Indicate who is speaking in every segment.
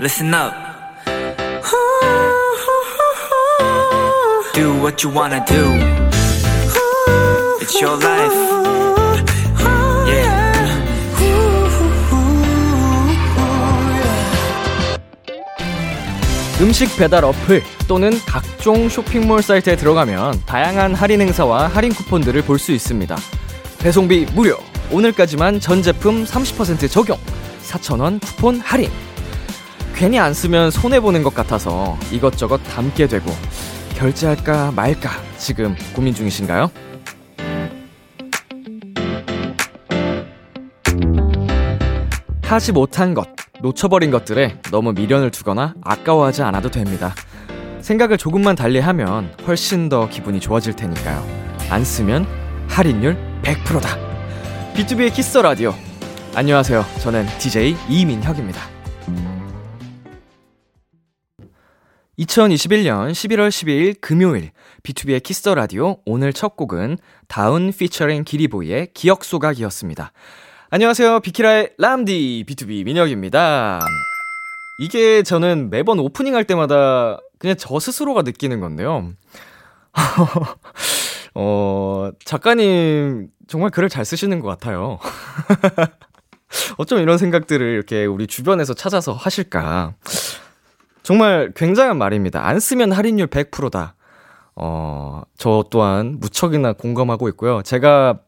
Speaker 1: Listen up. Do what you wanna do. It's your life. Yeah.
Speaker 2: 음식 배달 어플 또는 각종 쇼핑몰 사이트에 들어가면 다양한 할인 행사와 할인 쿠폰들을 볼 수 있습니다. 배송비 무료. 오늘까지만 전 제품 30% 적용. 4,000원 쿠폰 할인. 괜히 안 쓰면 손해보는 것 같아서 이것저것 담게 되고 결제할까 말까 지금 고민 중이신가요? 하지 못한 것, 놓쳐버린 것들에 너무 미련을 두거나 아까워하지 않아도 됩니다. 생각을 조금만 달리하면 훨씬 더 기분이 좋아질 테니까요. 안 쓰면 할인율 100%다. B2B의 키스 라디오. 안녕하세요. 저는 DJ 이민혁입니다. 2021년 11월 12일 금요일 B2B의 키스 라디오 오늘 첫 곡은 다운 피처링 기리보이의 기억 소각이었습니다. 안녕하세요. 비키라의 람디 B2B 민혁입니다. 이게 저는 매번 오프닝 할 때마다 그냥 저 스스로가 느끼는 건데요. 어, 작가님 정말 글을 잘 쓰시는 것 같아요. 어쩜 이런 생각들을 이렇게 우리 주변에서 찾아서 하실까? 정말 굉장한 말입니다. 안 쓰면 할인율 100%다. 어, 저 또한 무척이나 공감하고 있고요. 제가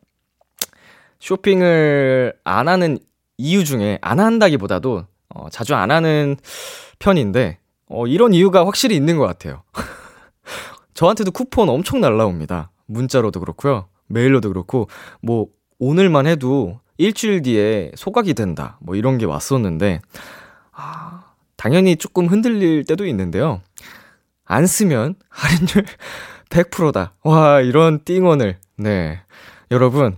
Speaker 2: 쇼핑을 안 하는 이유 중에 안 한다기보다도 어, 자주 안 하는 편인데 어, 이런 이유가 확실히 있는 것 같아요. 저한테도 쿠폰 엄청 날라옵니다. 문자로도 그렇고요. 메일로도 그렇고 뭐 오늘만 해도 일주일 뒤에 소각이 된다. 뭐 이런 게 왔었는데 아, 당연히 조금 흔들릴 때도 있는데요. 안 쓰면 할인율 100%다. 와, 이런 띵원을. 네. 여러분,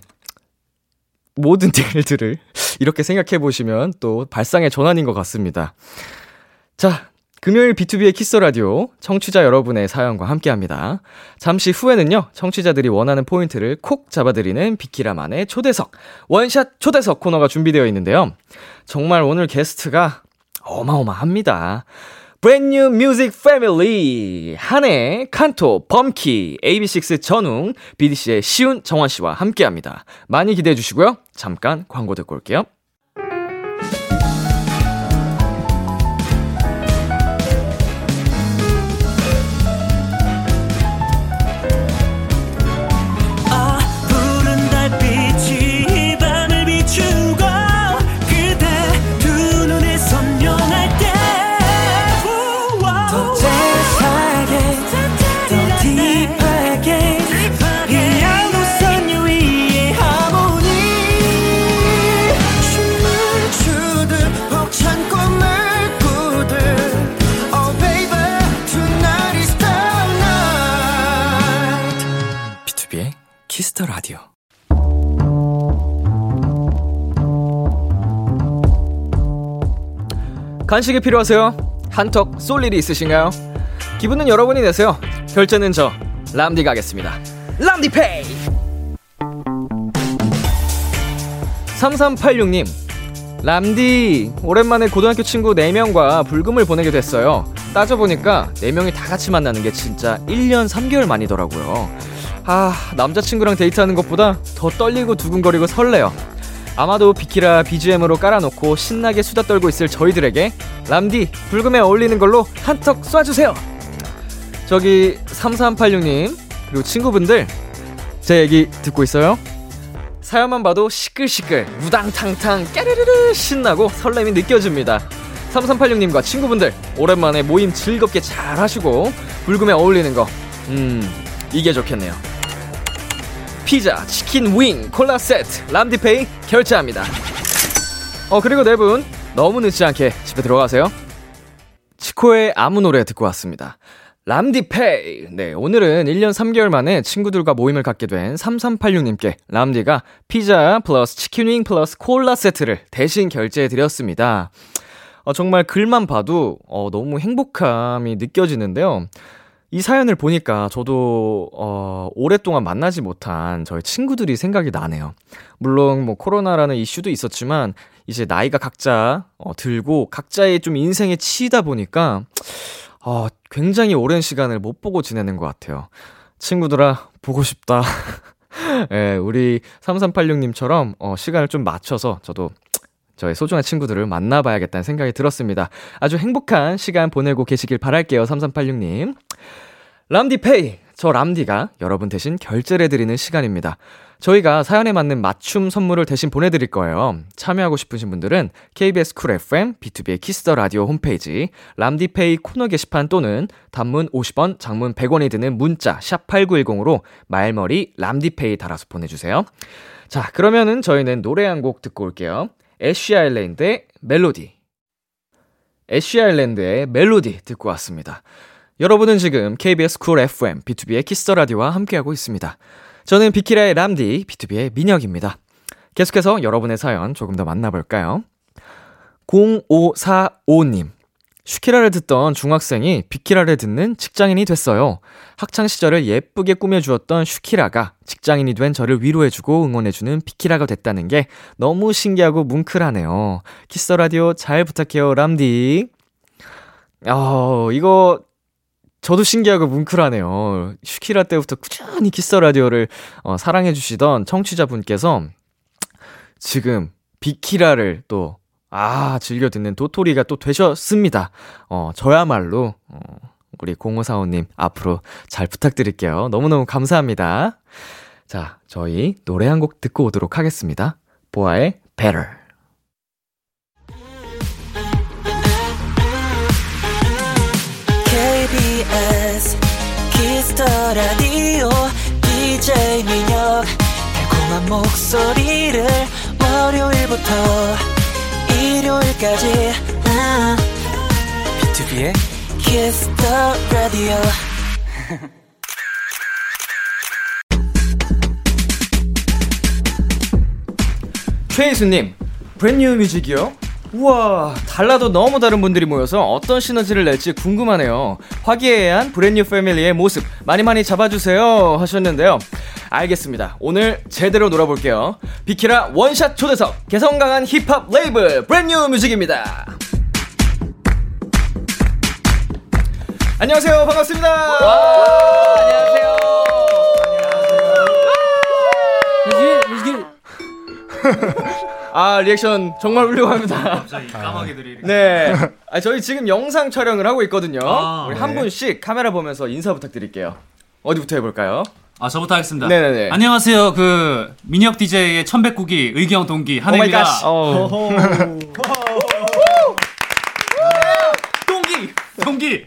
Speaker 2: 모든 딜들을 이렇게 생각해 보시면 또 발상의 전환인 것 같습니다. 자, 금요일 B2B의 키스 라디오 청취자 여러분의 사연과 함께합니다. 잠시 후에는요 청취자들이 원하는 포인트를 콕 잡아드리는 비키라만의 초대석 원샷 초대석 코너가 준비되어 있는데요. 정말 오늘 게스트가 어마어마합니다. 브랜뉴 뮤직 패밀리 한해 칸토 범키 AB6 전웅 BDC의 시운 정원 씨와 함께합니다. 많이 기대해 주시고요. 잠깐 광고 듣고 올게요.
Speaker 3: 푸른 달빛이 이 밤을 비추고 그대 두 눈이 선명할 때더 세상에 더 딥하게 이 양도선 유위의 하모니 춤을 추듯 벅찬 꿈을 꾸듯 Oh baby tonight is the night
Speaker 2: B2B의 키스터 라디오. 간식이 필요하세요? 한턱 쏠 일이 있으신가요? 기분은 여러분이 내세요. 결제는 저 람디가 하겠습니다. 람디페이. 3386님 람디 오랜만에 고등학교 친구 4명과 불금을 보내게 됐어요 따져보니까 4명이 다 같이 만나는 게 진짜 1년 3개월 만이더라고요 아 남자친구랑 데이트하는 것보다 더 떨리고 두근거리고 설레요 아마도 비키라 BGM으로 깔아놓고 신나게 수다 떨고 있을 저희들에게 람디 불금에 어울리는 걸로 한턱 쏴주세요 저기 3386님 그리고 친구분들 제 얘기 듣고 있어요? 사연만 봐도 시끌시끌 우당탕탕 깨르르르 신나고 설렘이 느껴집니다 3386님과 친구분들 오랜만에 모임 즐겁게 잘 하시고 불금에 어울리는 거음 이게 좋겠네요 피자, 치킨 윙, 콜라 세트 람디페이 결제합니다 어 그리고 네 분 너무 늦지 않게 집에 들어가세요 치코의 아무 노래 듣고 왔습니다. 람디페이! 네, 오늘은 1년 3개월 만에 친구들과 모임을 갖게 된 3386님께 람디가 피자 플러스 치킨윙 플러스 콜라 세트를 대신 결제해드렸습니다. 어, 정말 글만 봐도 어, 너무 행복함이 느껴지는데요. 이 사연을 보니까 저도 어, 오랫동안 만나지 못한 저희 친구들이 생각이 나네요. 물론 뭐 코로나라는 이슈도 있었지만 이제 나이가 각자 어, 들고 각자의 좀 인생에 치이다 보니까 어, 굉장히 오랜 시간을 못 보고 지내는 것 같아요. 친구들아 보고 싶다. 예, 우리 3386님처럼 어, 시간을 좀 맞춰서 저도 저의 소중한 친구들을 만나봐야겠다는 생각이 들었습니다. 아주 행복한 시간 보내고 계시길 바랄게요, 3386님. 람디페이! 저 람디가 여러분 대신 결제를 해드리는 시간입니다. 저희가 사연에 맞는 맞춤 선물을 대신 보내드릴 거예요. 참여하고 싶으신 분들은 KBS 쿨 FM, B2B의 키스터 라디오 홈페이지, 람디페이 코너 게시판 또는 단문 50원, 장문 100원이 드는 문자, 샵8910으로 말머리 람디페이 달아서 보내주세요. 자, 그러면은 저희는 노래 한 곡 듣고 올게요. 애쉬 아일랜드의 멜로디. 애쉬 아일랜드의 멜로디 듣고 왔습니다. 여러분은 지금 KBS 쿨 FM, B2B의 키스터 라디오와 함께하고 있습니다. 저는 비키라의 람디, B2B의 민혁입니다. 계속해서 여러분의 사연 조금 더 만나볼까요? 0545님. 슈키라를 듣던 중학생이 비키라를 듣는 직장인이 됐어요. 학창시절을 예쁘게 꾸며주었던 슈키라가 직장인이 된 저를 위로해주고 응원해주는 비키라가 됐다는 게 너무 신기하고 뭉클하네요. 키스터라디오 잘 부탁해요, 람디. 어, 이거 저도 신기하고 뭉클하네요. 슈키라 때부터 꾸준히 키스터 라디오를 어, 사랑해주시던 청취자분께서 지금 비키라를 또, 아, 즐겨 듣는 도토리가 또 되셨습니다. 어, 저야말로, 어, 우리 0545님 앞으로 잘 부탁드릴게요. 너무너무 감사합니다. 자, 저희 노래 한 곡 듣고 오도록 하겠습니다. 보아의 Better.
Speaker 3: KBS 키스터 라디오 DJ 민혁 달콤한 목소리를 월요일부터 일요일까지 음,
Speaker 1: 비투비의
Speaker 3: 키스터 라디오
Speaker 2: 최희수님, 브랜뉴 뮤직이요? 우와, 달라도 너무 다른 분들이 모여서 어떤 시너지를 낼지 궁금하네요. 화기애애한 브랜뉴 패밀리의 모습 많이 많이 잡아주세요 하셨는데요. 알겠습니다. 오늘 제대로 놀아볼게요. 비키라 원샷 초대석 개성 강한 힙합 레이블 브랜뉴 뮤직입니다. 안녕하세요, 반갑습니다. 안녕하세요. 아 리액션 정말 훌륭합니다.
Speaker 4: 까마귀 들이
Speaker 2: 네. 아, 저희 지금 영상 촬영을 하고 있거든요.
Speaker 4: 아,
Speaker 2: 우리 한
Speaker 5: 네.
Speaker 2: 분씩 카메라 보면서 인사 부탁드릴게요. 어디부터 해볼까요?
Speaker 4: 아 저부터 하겠습니다.
Speaker 2: 네네네.
Speaker 4: 안녕하세요. 그 민혁 DJ의 천백구기 의경 동기
Speaker 2: Oh
Speaker 4: 한혜입니다.
Speaker 2: 오마이갓. 어. 동기.
Speaker 4: 동기.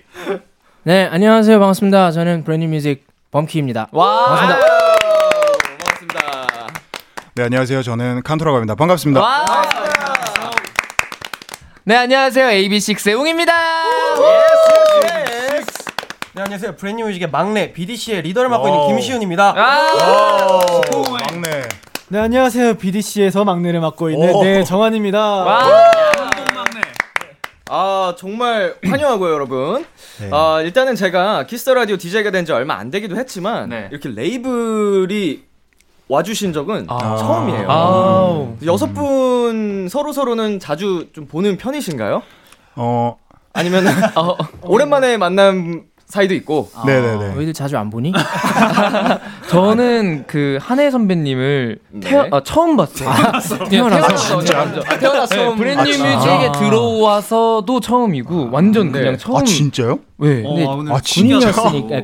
Speaker 5: 네, 안녕하세요. 반갑습니다. 저는 브랜뉴 뮤직 범키입니다.
Speaker 6: 아.
Speaker 2: 와.
Speaker 5: 반갑습니다.
Speaker 2: 반갑습니다.
Speaker 7: 네 안녕하세요. 저는 칸토라고 합니다. 반갑습니다.
Speaker 5: 와. 네, 안녕하세요. AB6IX의 웅입니다.
Speaker 8: 네, 안녕하세요. 브랜뉴 뮤직의 막내 BDC의 리더를 맡고 있는 김시훈입니다.
Speaker 5: 아! 예.
Speaker 7: 막내.
Speaker 6: 네, 안녕하세요. BDC에서 막내를 맡고 있는
Speaker 7: 오.
Speaker 6: 네, 정환입니다.
Speaker 2: 아, 정말 환영하고요, 여러분.
Speaker 7: 네.
Speaker 2: 아, 일단은 제가 키스터 라디오 DJ가 된 지 얼마 안 되기도 했지만
Speaker 4: 네.
Speaker 2: 이렇게 레이블이 와주신 적은
Speaker 4: 아.
Speaker 2: 처음이에요.
Speaker 5: 아우.
Speaker 2: 여섯 분 서로 서로는 자주 좀 보는 편이신가요?
Speaker 7: 어
Speaker 2: 아니면 어, 오랜만에 만난 사이도 있고.
Speaker 7: 아. 네네네.
Speaker 5: 아, 너희들 자주 안 보니? 저는 그 한혜 선배님을 태어,
Speaker 2: 네.
Speaker 5: 아, 처음 봤어요. 태어나서. 네,
Speaker 2: 아, 태어나서 처음
Speaker 5: 브랜뉴
Speaker 2: 봤죠.
Speaker 5: 뮤직에 들어와서도 처음이고 완전 그냥 처음.
Speaker 7: 아 진짜요?
Speaker 5: 네, 근데
Speaker 4: 오늘
Speaker 7: 아, 진짜?
Speaker 5: 군인이었으니까. 네,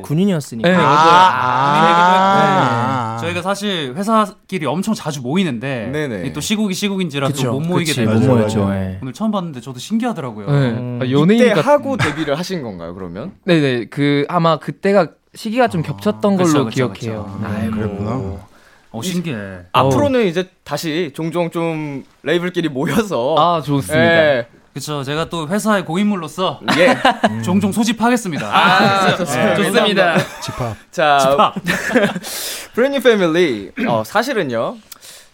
Speaker 5: 군인이었으니까. 네,
Speaker 2: 아.
Speaker 7: 아.
Speaker 4: 저희가 사실 회사끼리 엄청 자주 모이는데
Speaker 2: 네네.
Speaker 4: 이게 또 시국이 시국인지라
Speaker 5: 그쵸.
Speaker 4: 또못 모이게
Speaker 5: 그치,
Speaker 4: 되고
Speaker 5: 못
Speaker 7: 맞아요,
Speaker 5: 모였죠.
Speaker 7: 맞아요.
Speaker 5: 네.
Speaker 4: 오늘 처음 봤는데 저도 신기하더라고요. 음.
Speaker 5: 네. 아,
Speaker 2: 이때
Speaker 5: 연예인 같
Speaker 2: 하고 데뷔를 하신 건가요? 그러면?
Speaker 5: 네네 그 아마 그때가 시기가 좀 겹쳤던
Speaker 4: 그쵸,
Speaker 5: 걸로
Speaker 4: 그쵸,
Speaker 5: 기억해요.
Speaker 4: 그쵸.
Speaker 5: 아이고.
Speaker 7: 그랬구나.
Speaker 4: 어 신기해.
Speaker 2: 앞으로는 이제 다시 종종 좀 레이블끼리 모여서
Speaker 5: 아 좋습니다.
Speaker 2: 예.
Speaker 4: 그쵸. 제가 또 회사의 고인물로서
Speaker 2: 예.
Speaker 4: 종종 소집하겠습니다. 네.
Speaker 2: 아, 좋습니다.
Speaker 5: 좋습니다.
Speaker 7: 집합.
Speaker 2: 자, 브랜뉴 패밀리. 어, 사실은요.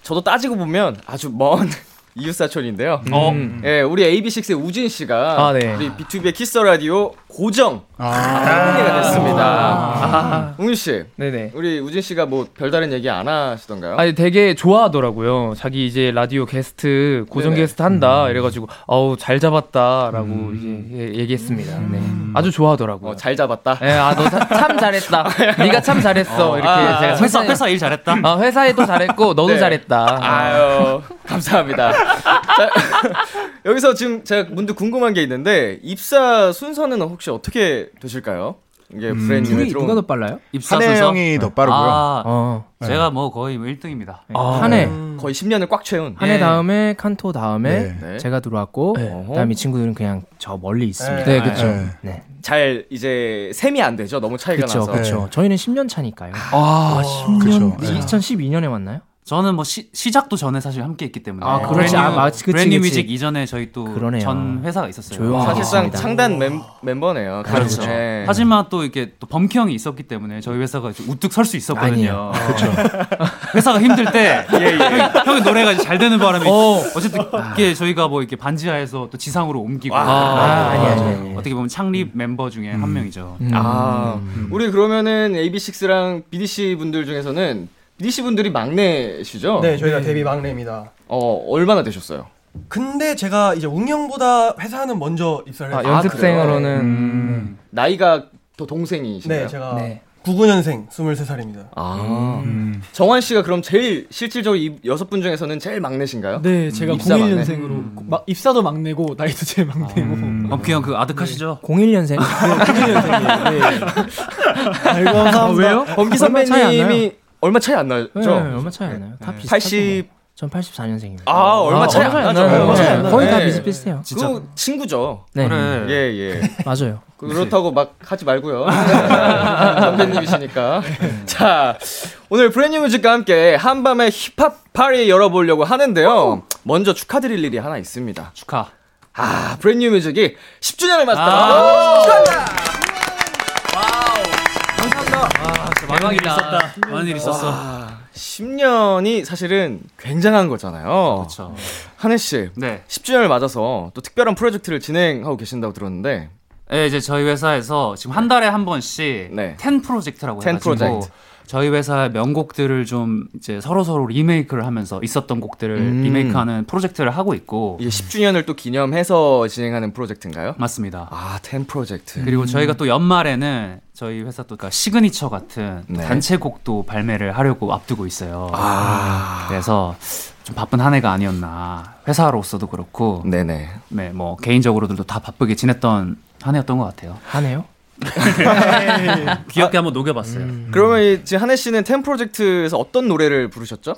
Speaker 2: 저도 따지고 보면 아주 먼 이웃사촌인데요.
Speaker 4: 어.
Speaker 2: 예, 우리 AB6IX의 우진 씨가
Speaker 5: 아, 네.
Speaker 2: 우리 B2B의 키스 라디오 고정
Speaker 7: 아.
Speaker 2: 소개가 됐습니다. 웅윤 씨,
Speaker 5: 아. 네네.
Speaker 2: 우리 우진 씨가 뭐 별다른 얘기 안 하시던가요?
Speaker 5: 아니 되게 좋아하더라고요. 자기 이제 라디오 게스트 고정
Speaker 2: 네네.
Speaker 5: 게스트
Speaker 4: 음.
Speaker 5: 한다 이래가지고 아우 잘 잡았다라고 이제 예- 얘기했습니다.
Speaker 4: 음.
Speaker 5: 네. 아주 좋아하더라고요.
Speaker 2: 어, 잘 잡았다.
Speaker 5: 예, 아너 참 잘했다. 네가 참 잘했어. 이렇게
Speaker 2: 아,
Speaker 5: 제가
Speaker 4: 회사
Speaker 5: 칭찬해-
Speaker 4: 회사 일 잘했다.
Speaker 5: 아, 회사에도 잘했고 너도
Speaker 2: 네.
Speaker 5: 잘했다.
Speaker 2: 아유, 감사합니다. 자, 여기서 지금 제가 문득 궁금한 게 있는데 입사 순서는 혹시 어떻게 되실까요? 이게
Speaker 5: 음,
Speaker 2: 브랜뉴에 들어온
Speaker 5: 빨라요?
Speaker 4: 입사
Speaker 7: 한혜
Speaker 4: 순서.
Speaker 7: 형이 더 빠르고요.
Speaker 4: 아,
Speaker 5: 어. 아, 네.
Speaker 4: 제가 뭐 거의 1등입니다.
Speaker 5: 한해
Speaker 2: 음. 거의 10년을 꽉 채운
Speaker 5: 한해
Speaker 4: 예.
Speaker 5: 다음에 칸토 다음에
Speaker 7: 네.
Speaker 2: 네.
Speaker 5: 제가 들어왔고
Speaker 2: 어허.
Speaker 5: 그다음 이 친구들은 그냥 저 멀리 있습니다.
Speaker 8: 네,
Speaker 5: 그렇죠.
Speaker 7: 네.
Speaker 2: 잘 이제 셈이 안 되죠. 너무 차이가
Speaker 5: 그렇죠.
Speaker 2: 나서.
Speaker 7: 네.
Speaker 5: 그렇죠. 저희는 10년 차니까요.
Speaker 4: 아,
Speaker 7: 그렇죠.
Speaker 5: 2012년에 만나요?
Speaker 4: 저는 뭐 시, 시작도 전에 사실 함께 했기 때문에.
Speaker 5: 아, 그렇지. 아, 맞- 그치,
Speaker 4: 브랜뉴
Speaker 5: 그치.
Speaker 4: 뮤직 이전에 저희 또
Speaker 5: 그러네요.
Speaker 4: 전 회사가 있었어요. 아.
Speaker 5: 조용하게.
Speaker 2: 사실상
Speaker 5: 맞습니다.
Speaker 2: 창단 멤, 멤버네요.
Speaker 4: 그렇죠.
Speaker 2: 네.
Speaker 4: 하지만 또 이렇게 또 범키 형이 있었기 때문에 저희 회사가 이제 우뚝 설 수 있었거든요. 그렇죠. 회사가 힘들 때
Speaker 2: 예,
Speaker 4: 형이- 형의 노래가 이제 잘 되는 바람에 어. 쨌든 이게 저희가 뭐 이렇게 반지하에서 또 지상으로 옮기고 어.
Speaker 5: 아, 아니, 아니, 아니. 음.
Speaker 4: 어떻게 보면 창립 멤버 중에 한 명이죠.
Speaker 2: 아, 우리 그러면은 AB6IX랑 BDC 분들 중에서는 BDC 분들이 막내시죠?
Speaker 8: 네, 저희가 데뷔 막내입니다.
Speaker 2: 어, 얼마나 되셨어요?
Speaker 8: 근데 제가 이제 웅영보다 회사는 먼저 입사를
Speaker 5: 아,
Speaker 8: 했어요.
Speaker 5: 연습생으로는 음.
Speaker 2: 음. 나이가 더 동생이신가요?
Speaker 8: 네, 제가
Speaker 5: 네. 음.
Speaker 8: 99년생 23살입니다.
Speaker 2: 아, 정환 씨가 그럼 제일 실질적으로 이 여섯 분 중에서는 제일 막내신가요?
Speaker 6: 네, 제가
Speaker 2: 입사 막내.
Speaker 6: 01년생으로 막 입사도 막내고 나이도 제일 막내고.
Speaker 5: 음.
Speaker 4: 범키 형 그 아득하시죠?
Speaker 9: 네.
Speaker 5: 01년생.
Speaker 10: 아,
Speaker 6: 아. 아이고 감사합니다.
Speaker 5: 왜요? 얼마
Speaker 2: 범기
Speaker 5: 차이 안 나요?
Speaker 2: 선배님이 얼마 차이 안 나죠?
Speaker 5: 네, 얼마 차이 안 나요? 다 비슷.
Speaker 2: 80
Speaker 5: 전 84년생이에요.
Speaker 2: 아, 얼마 차이 안 나죠. 얼마 차이 안 나죠.
Speaker 5: 네. 거의 다
Speaker 2: 네.
Speaker 5: 비슷비슷해요.
Speaker 4: 진짜.
Speaker 2: 그 친구죠.
Speaker 5: 네,
Speaker 4: 그래.
Speaker 2: 예, 예.
Speaker 5: 맞아요.
Speaker 2: 그렇다고 막 하지 말고요.
Speaker 5: 네.
Speaker 2: 선배님이시니까. 자, 오늘 브랜뉴 뮤직과 함께 한밤의 힙합 파리 열어보려고 하는데요. 먼저 축하드릴 일이 하나 있습니다.
Speaker 4: 축하.
Speaker 2: 아, 브랜뉴 뮤직이 10주년을 맞았다.
Speaker 4: 아, 많은 일이 있었다. 많은 일이 있었어.
Speaker 2: 와, 10년이 사실은 굉장한 거잖아요.
Speaker 4: 그렇죠.
Speaker 2: 한혜 씨.
Speaker 4: 네.
Speaker 2: 10주년을 맞아서 또 특별한 프로젝트를 진행하고 계신다고 들었는데
Speaker 4: 네, 이제 저희 회사에서 지금 한 달에 한 번씩
Speaker 2: 네.
Speaker 4: 10 프로젝트라고
Speaker 2: 10
Speaker 4: 해가지고
Speaker 2: 프로젝트.
Speaker 4: 저희 회사의 명곡들을 좀 이제 서로 서로 리메이크를 하면서 있었던 곡들을
Speaker 2: 음.
Speaker 4: 리메이크하는 프로젝트를 하고 있고
Speaker 2: 이게 10주년을 또 기념해서 진행하는 프로젝트인가요?
Speaker 4: 맞습니다.
Speaker 2: 아, 10 프로젝트. 음.
Speaker 4: 그리고 저희가 또 연말에는 저희 회사 또 그러니까 시그니처 같은 또
Speaker 2: 네.
Speaker 4: 단체곡도 발매를 하려고 앞두고 있어요.
Speaker 2: 아.
Speaker 4: 그래서 좀 바쁜 한 해가 아니었나 회사로서도 그렇고
Speaker 2: 네네.
Speaker 4: 네, 뭐 개인적으로도 다 바쁘게 지냈던 한 해였던 것 같아요. 음.
Speaker 5: 하네요.
Speaker 4: 귀엽게 한번 녹여봤어요.
Speaker 2: 그러면 이 지금 한혜 씨는 10 프로젝트에서 어떤 노래를 부르셨죠?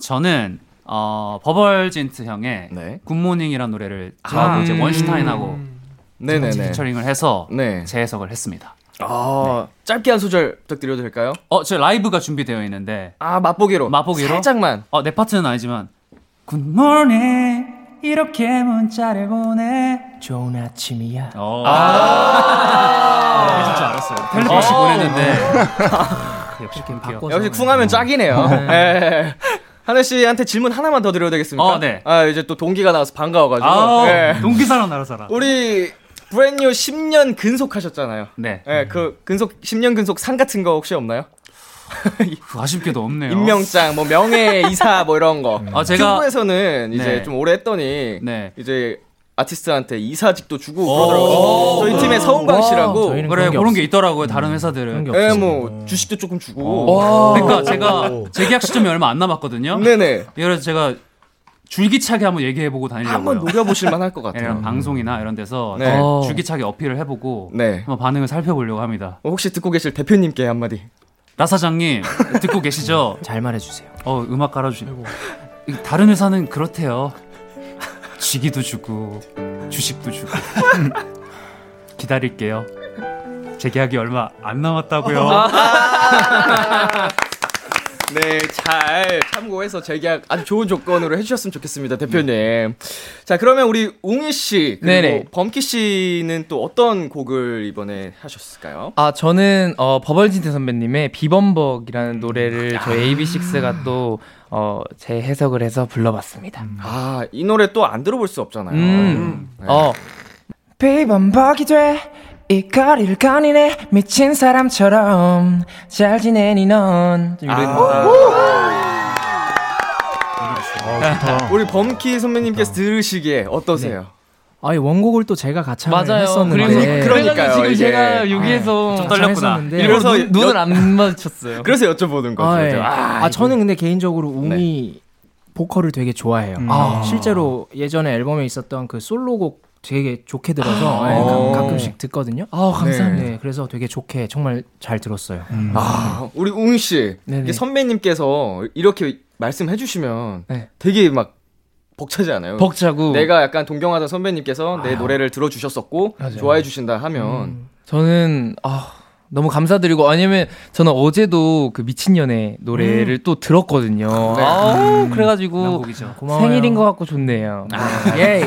Speaker 4: 저는 어, 버벌진트 형의
Speaker 2: 네. 아.
Speaker 4: 굿모닝이라는 노래를 저하고 이제 원슈타인하고 같이
Speaker 2: 네네네.
Speaker 4: 피처링을 해서
Speaker 2: 네.
Speaker 4: 재해석을 했습니다.
Speaker 2: 아, 짧게 한 소절 부탁드려도 될까요?
Speaker 4: 어, 제 라이브가 준비되어 있는데
Speaker 2: 아, 맛보기로.
Speaker 4: 맛보기로?
Speaker 2: 살짝만.
Speaker 4: 어, 내 파트는 아니지만 굿모닝 이렇게 문자를 보내
Speaker 5: 좋은 아침이야.
Speaker 4: 어. 진짜 알았어요. 텔레파시 보냈는데 그 역시 좀 바꿔.
Speaker 2: 역시 쿵하면 짝이네요. 예. 한혜 씨한테 질문 하나만 더 드려도 되겠습니까?
Speaker 4: 어, 네.
Speaker 2: 아, 이제 또 동기가 나와서 반가워가지고. 예.
Speaker 4: 아, 동기사랑 나라사랑.
Speaker 2: 우리 브랜뉴 10년 근속하셨잖아요.
Speaker 4: 네.
Speaker 2: 예, 그 근속 10년 근속 상 같은 거 혹시 없나요?
Speaker 4: 그 아쉽게도 없네요.
Speaker 2: 임명장, 뭐 명예 이사 뭐 이런 거.
Speaker 4: 아, 제가-
Speaker 2: 큐브에서는 이제
Speaker 4: 네.
Speaker 2: 좀 오래 했더니
Speaker 4: 네.
Speaker 2: 이제 아티스트한테 이사직도 주고 그러더라고요. 저희 팀에 서운광
Speaker 5: 와,
Speaker 2: 씨라고
Speaker 5: 저희는
Speaker 4: 어. 그래
Speaker 5: 그런 게 음,
Speaker 4: 그런 게 있더라고요. 다른 회사들은.
Speaker 5: 그런 게
Speaker 2: 예,
Speaker 5: 없어요.
Speaker 2: 뭐 주식도 조금 주고.
Speaker 4: 어. 그러니까 제가 재계약 시점이 얼마 안 남았거든요.
Speaker 2: 아. 네네.
Speaker 4: 그래서 제가 줄기차게 한번 얘기해보고 다니려고요. 예,
Speaker 2: 한번 노려보실 만할 것
Speaker 4: 이런
Speaker 2: 같아요.
Speaker 4: 방송이나 이런 데서
Speaker 2: 네.
Speaker 4: 어. 줄기차게 어필을 해보고
Speaker 2: 네.
Speaker 4: 한번 뭐 반응을 살펴보려고 합니다.
Speaker 2: 어, 혹시 듣고 계실 대표님께 한마디.
Speaker 4: 라 사장님 듣고 계시죠?
Speaker 5: 잘 말해주세요.
Speaker 4: 어 음악 깔아주시고 다른 회사는 그렇대요 지기도 주고 주식도 주고 기다릴게요 제 계약이 얼마 안 남았다고요
Speaker 5: 아.
Speaker 2: 네, 잘 참고해서 재계약 아주 좋은 조건으로 해주셨으면 좋겠습니다, 대표님. 자, 그러면 우리 웅이 씨 그리고
Speaker 5: 네네.
Speaker 2: 범키 씨는 또 어떤 곡을 이번에 하셨을까요?
Speaker 5: 아
Speaker 2: 아.
Speaker 5: 저는 어, 버벌진트 선배님의 비범벅이라는 노래를 저희 AB6IX가 또 어, 재해석을 해서 불러봤습니다.
Speaker 2: 아, 이 노래 또 안 들어볼 수 없잖아요.
Speaker 5: 음.
Speaker 2: 네.
Speaker 5: 어,
Speaker 11: 비범벅이 돼 이 거리를 거니네 미친 사람처럼 잘 지내니 넌
Speaker 5: 음.
Speaker 2: 아,
Speaker 5: 아,
Speaker 7: 좋다.
Speaker 2: 우리 범키 선배님께서 들으시기에
Speaker 5: 네.
Speaker 2: 어떠세요?
Speaker 6: 아니 원곡을 또 제가 같이
Speaker 5: 맞아요.
Speaker 6: 했었는데
Speaker 5: 그리고
Speaker 2: 네. 그러니까요,
Speaker 5: 그래가지고 지금
Speaker 2: 이게.
Speaker 5: 제가 여기에서
Speaker 4: 좀 떨렸구나.
Speaker 6: 했었는데.
Speaker 5: 일부러
Speaker 2: 그래서
Speaker 5: 눈, 눈을
Speaker 2: 여-
Speaker 5: 안 마주쳤어요.
Speaker 2: 그래서 여쭤보는 거죠.
Speaker 6: 아, 예.
Speaker 2: 아,
Speaker 6: 아, 저는 근데 개인적으로
Speaker 5: 네.
Speaker 6: 웅이 보컬을 되게 좋아해요.
Speaker 5: 음.
Speaker 7: 아.
Speaker 6: 실제로 예전에 앨범에 있었던 그 솔로곡 되게 좋게 들어서 예,
Speaker 2: 오.
Speaker 6: 가, 끔씩 듣거든요.
Speaker 5: 아
Speaker 2: 감사합니다.
Speaker 6: 네, 그래서 되게 좋게 정말 잘 들었어요. 음.
Speaker 2: 아, 우리 웅 씨.
Speaker 5: 네네.
Speaker 2: 이게 선배님께서 이렇게 말씀해 주시면
Speaker 5: 네.
Speaker 2: 되게 막 벅차지 않아요?
Speaker 5: 벅차고 아.
Speaker 2: 내가 약간 동경하던 선배님께서 내 노래를 들어 주셨었고 좋아해 주신다
Speaker 5: 음.
Speaker 2: 하면
Speaker 5: 저는 아 너무 감사드리고 왜냐면 저는 어제도 그 미친 연애 노래를 또 들었거든요. 음. 아우 그래가지고
Speaker 4: 명곡이죠.
Speaker 5: 음,
Speaker 6: 고마워요.
Speaker 5: 생일인 것 같고 좋네요. 예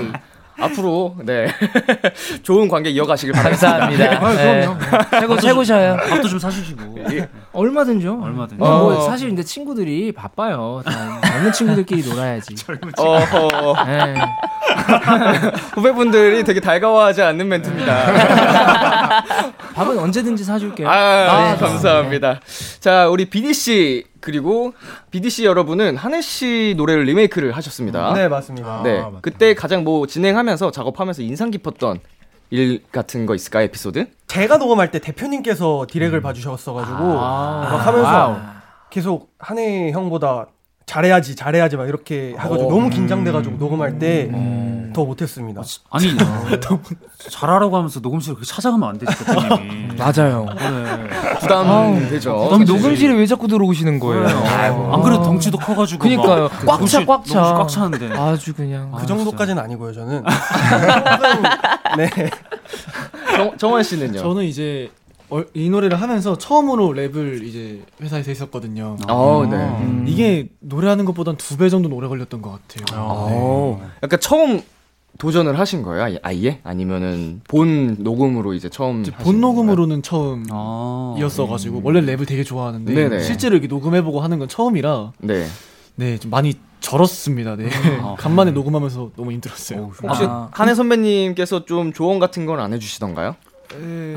Speaker 2: 앞으로 네 좋은 관계 이어가시길 바랍니다.
Speaker 5: 감사합니다. 네.
Speaker 6: 아,
Speaker 5: 최고 최고셔요.
Speaker 4: 밥도 좀 사주시고
Speaker 6: 예. 얼마든요.
Speaker 4: 얼마든지.
Speaker 6: 어, 뭐
Speaker 2: 어.
Speaker 6: 사실 근데 친구들이 바빠요. 다 젊은 친구들끼리 놀아야지.
Speaker 2: 어허.
Speaker 6: 예.
Speaker 2: 후배분들이 되게 달가워하지 않는 멘트입니다.
Speaker 6: 밥은 언제든지 사줄게요.
Speaker 2: 아, 감사합니다. 자, 우리 비디 씨 그리고 비디 씨 여러분은 한혜 씨 노래를 리메이크를 하셨습니다.
Speaker 8: 네 맞습니다.
Speaker 2: 네.
Speaker 7: 아, 맞다.
Speaker 2: 그때 가장 뭐 진행하면서 작업하면서 인상 깊었던 일 같은 거 있을까 에피소드?
Speaker 8: 제가 녹음할 때 대표님께서
Speaker 5: 음.
Speaker 8: 디렉을 봐주셨어가지고
Speaker 5: 아.
Speaker 8: 막 하면서 계속 한혜 형보다 잘해야지 잘해야지 막 이렇게
Speaker 5: 어.
Speaker 8: 하거든요. 너무 긴장돼가지고 녹음할 때 더 못했습니다.
Speaker 4: 어, 아니 잘하라고 하면서 녹음실 그렇게 찾아가면 안 되지 대표님이. 네.
Speaker 5: 맞아요.
Speaker 2: 부담되죠.
Speaker 5: 아니 음. 녹음실에 왜 자꾸 들어오시는 거예요? 아,
Speaker 4: 안 그래도 덩치도 커가지고
Speaker 5: 그니까요.
Speaker 4: 막
Speaker 5: 꽉 차,
Speaker 4: 녹음실-
Speaker 5: 꽉 차.
Speaker 4: 녹음실 꽉 차는데
Speaker 5: 아주 그냥
Speaker 8: 그 정도까지는 아니고요 저는. 네.
Speaker 2: 정, 정환 씨는요?
Speaker 9: 저는 이제 얼- 이 노래를 하면서 처음으로 랩을 이제 회사에서 했었거든요. 음.
Speaker 2: 어, 네.
Speaker 9: 이게 노래하는 것보단 두 배 정도 는 오래 걸렸던 것 같아요.
Speaker 2: 어,
Speaker 4: 네.
Speaker 2: 약간 처음 도전을 하신 거예요? 아예- 아예? 아니면은 본 녹음으로 이제 처음
Speaker 9: 이제
Speaker 2: 하신
Speaker 9: 본
Speaker 2: 건가요?
Speaker 9: 녹음으로는 처음
Speaker 4: 아.
Speaker 9: 이었어가지고 원래 랩을 되게 좋아하는데
Speaker 2: 네네.
Speaker 9: 실제로 이렇게 녹음해보고 하는 건 처음이라
Speaker 2: 네.
Speaker 9: 네 좀 많이 절었습니다. 네 간만에 녹음하면서 너무 힘들었어요.
Speaker 2: 혹시
Speaker 4: 아.
Speaker 2: 한혜 선배님께서 좀 조언 같은 건 안 해주시던가요?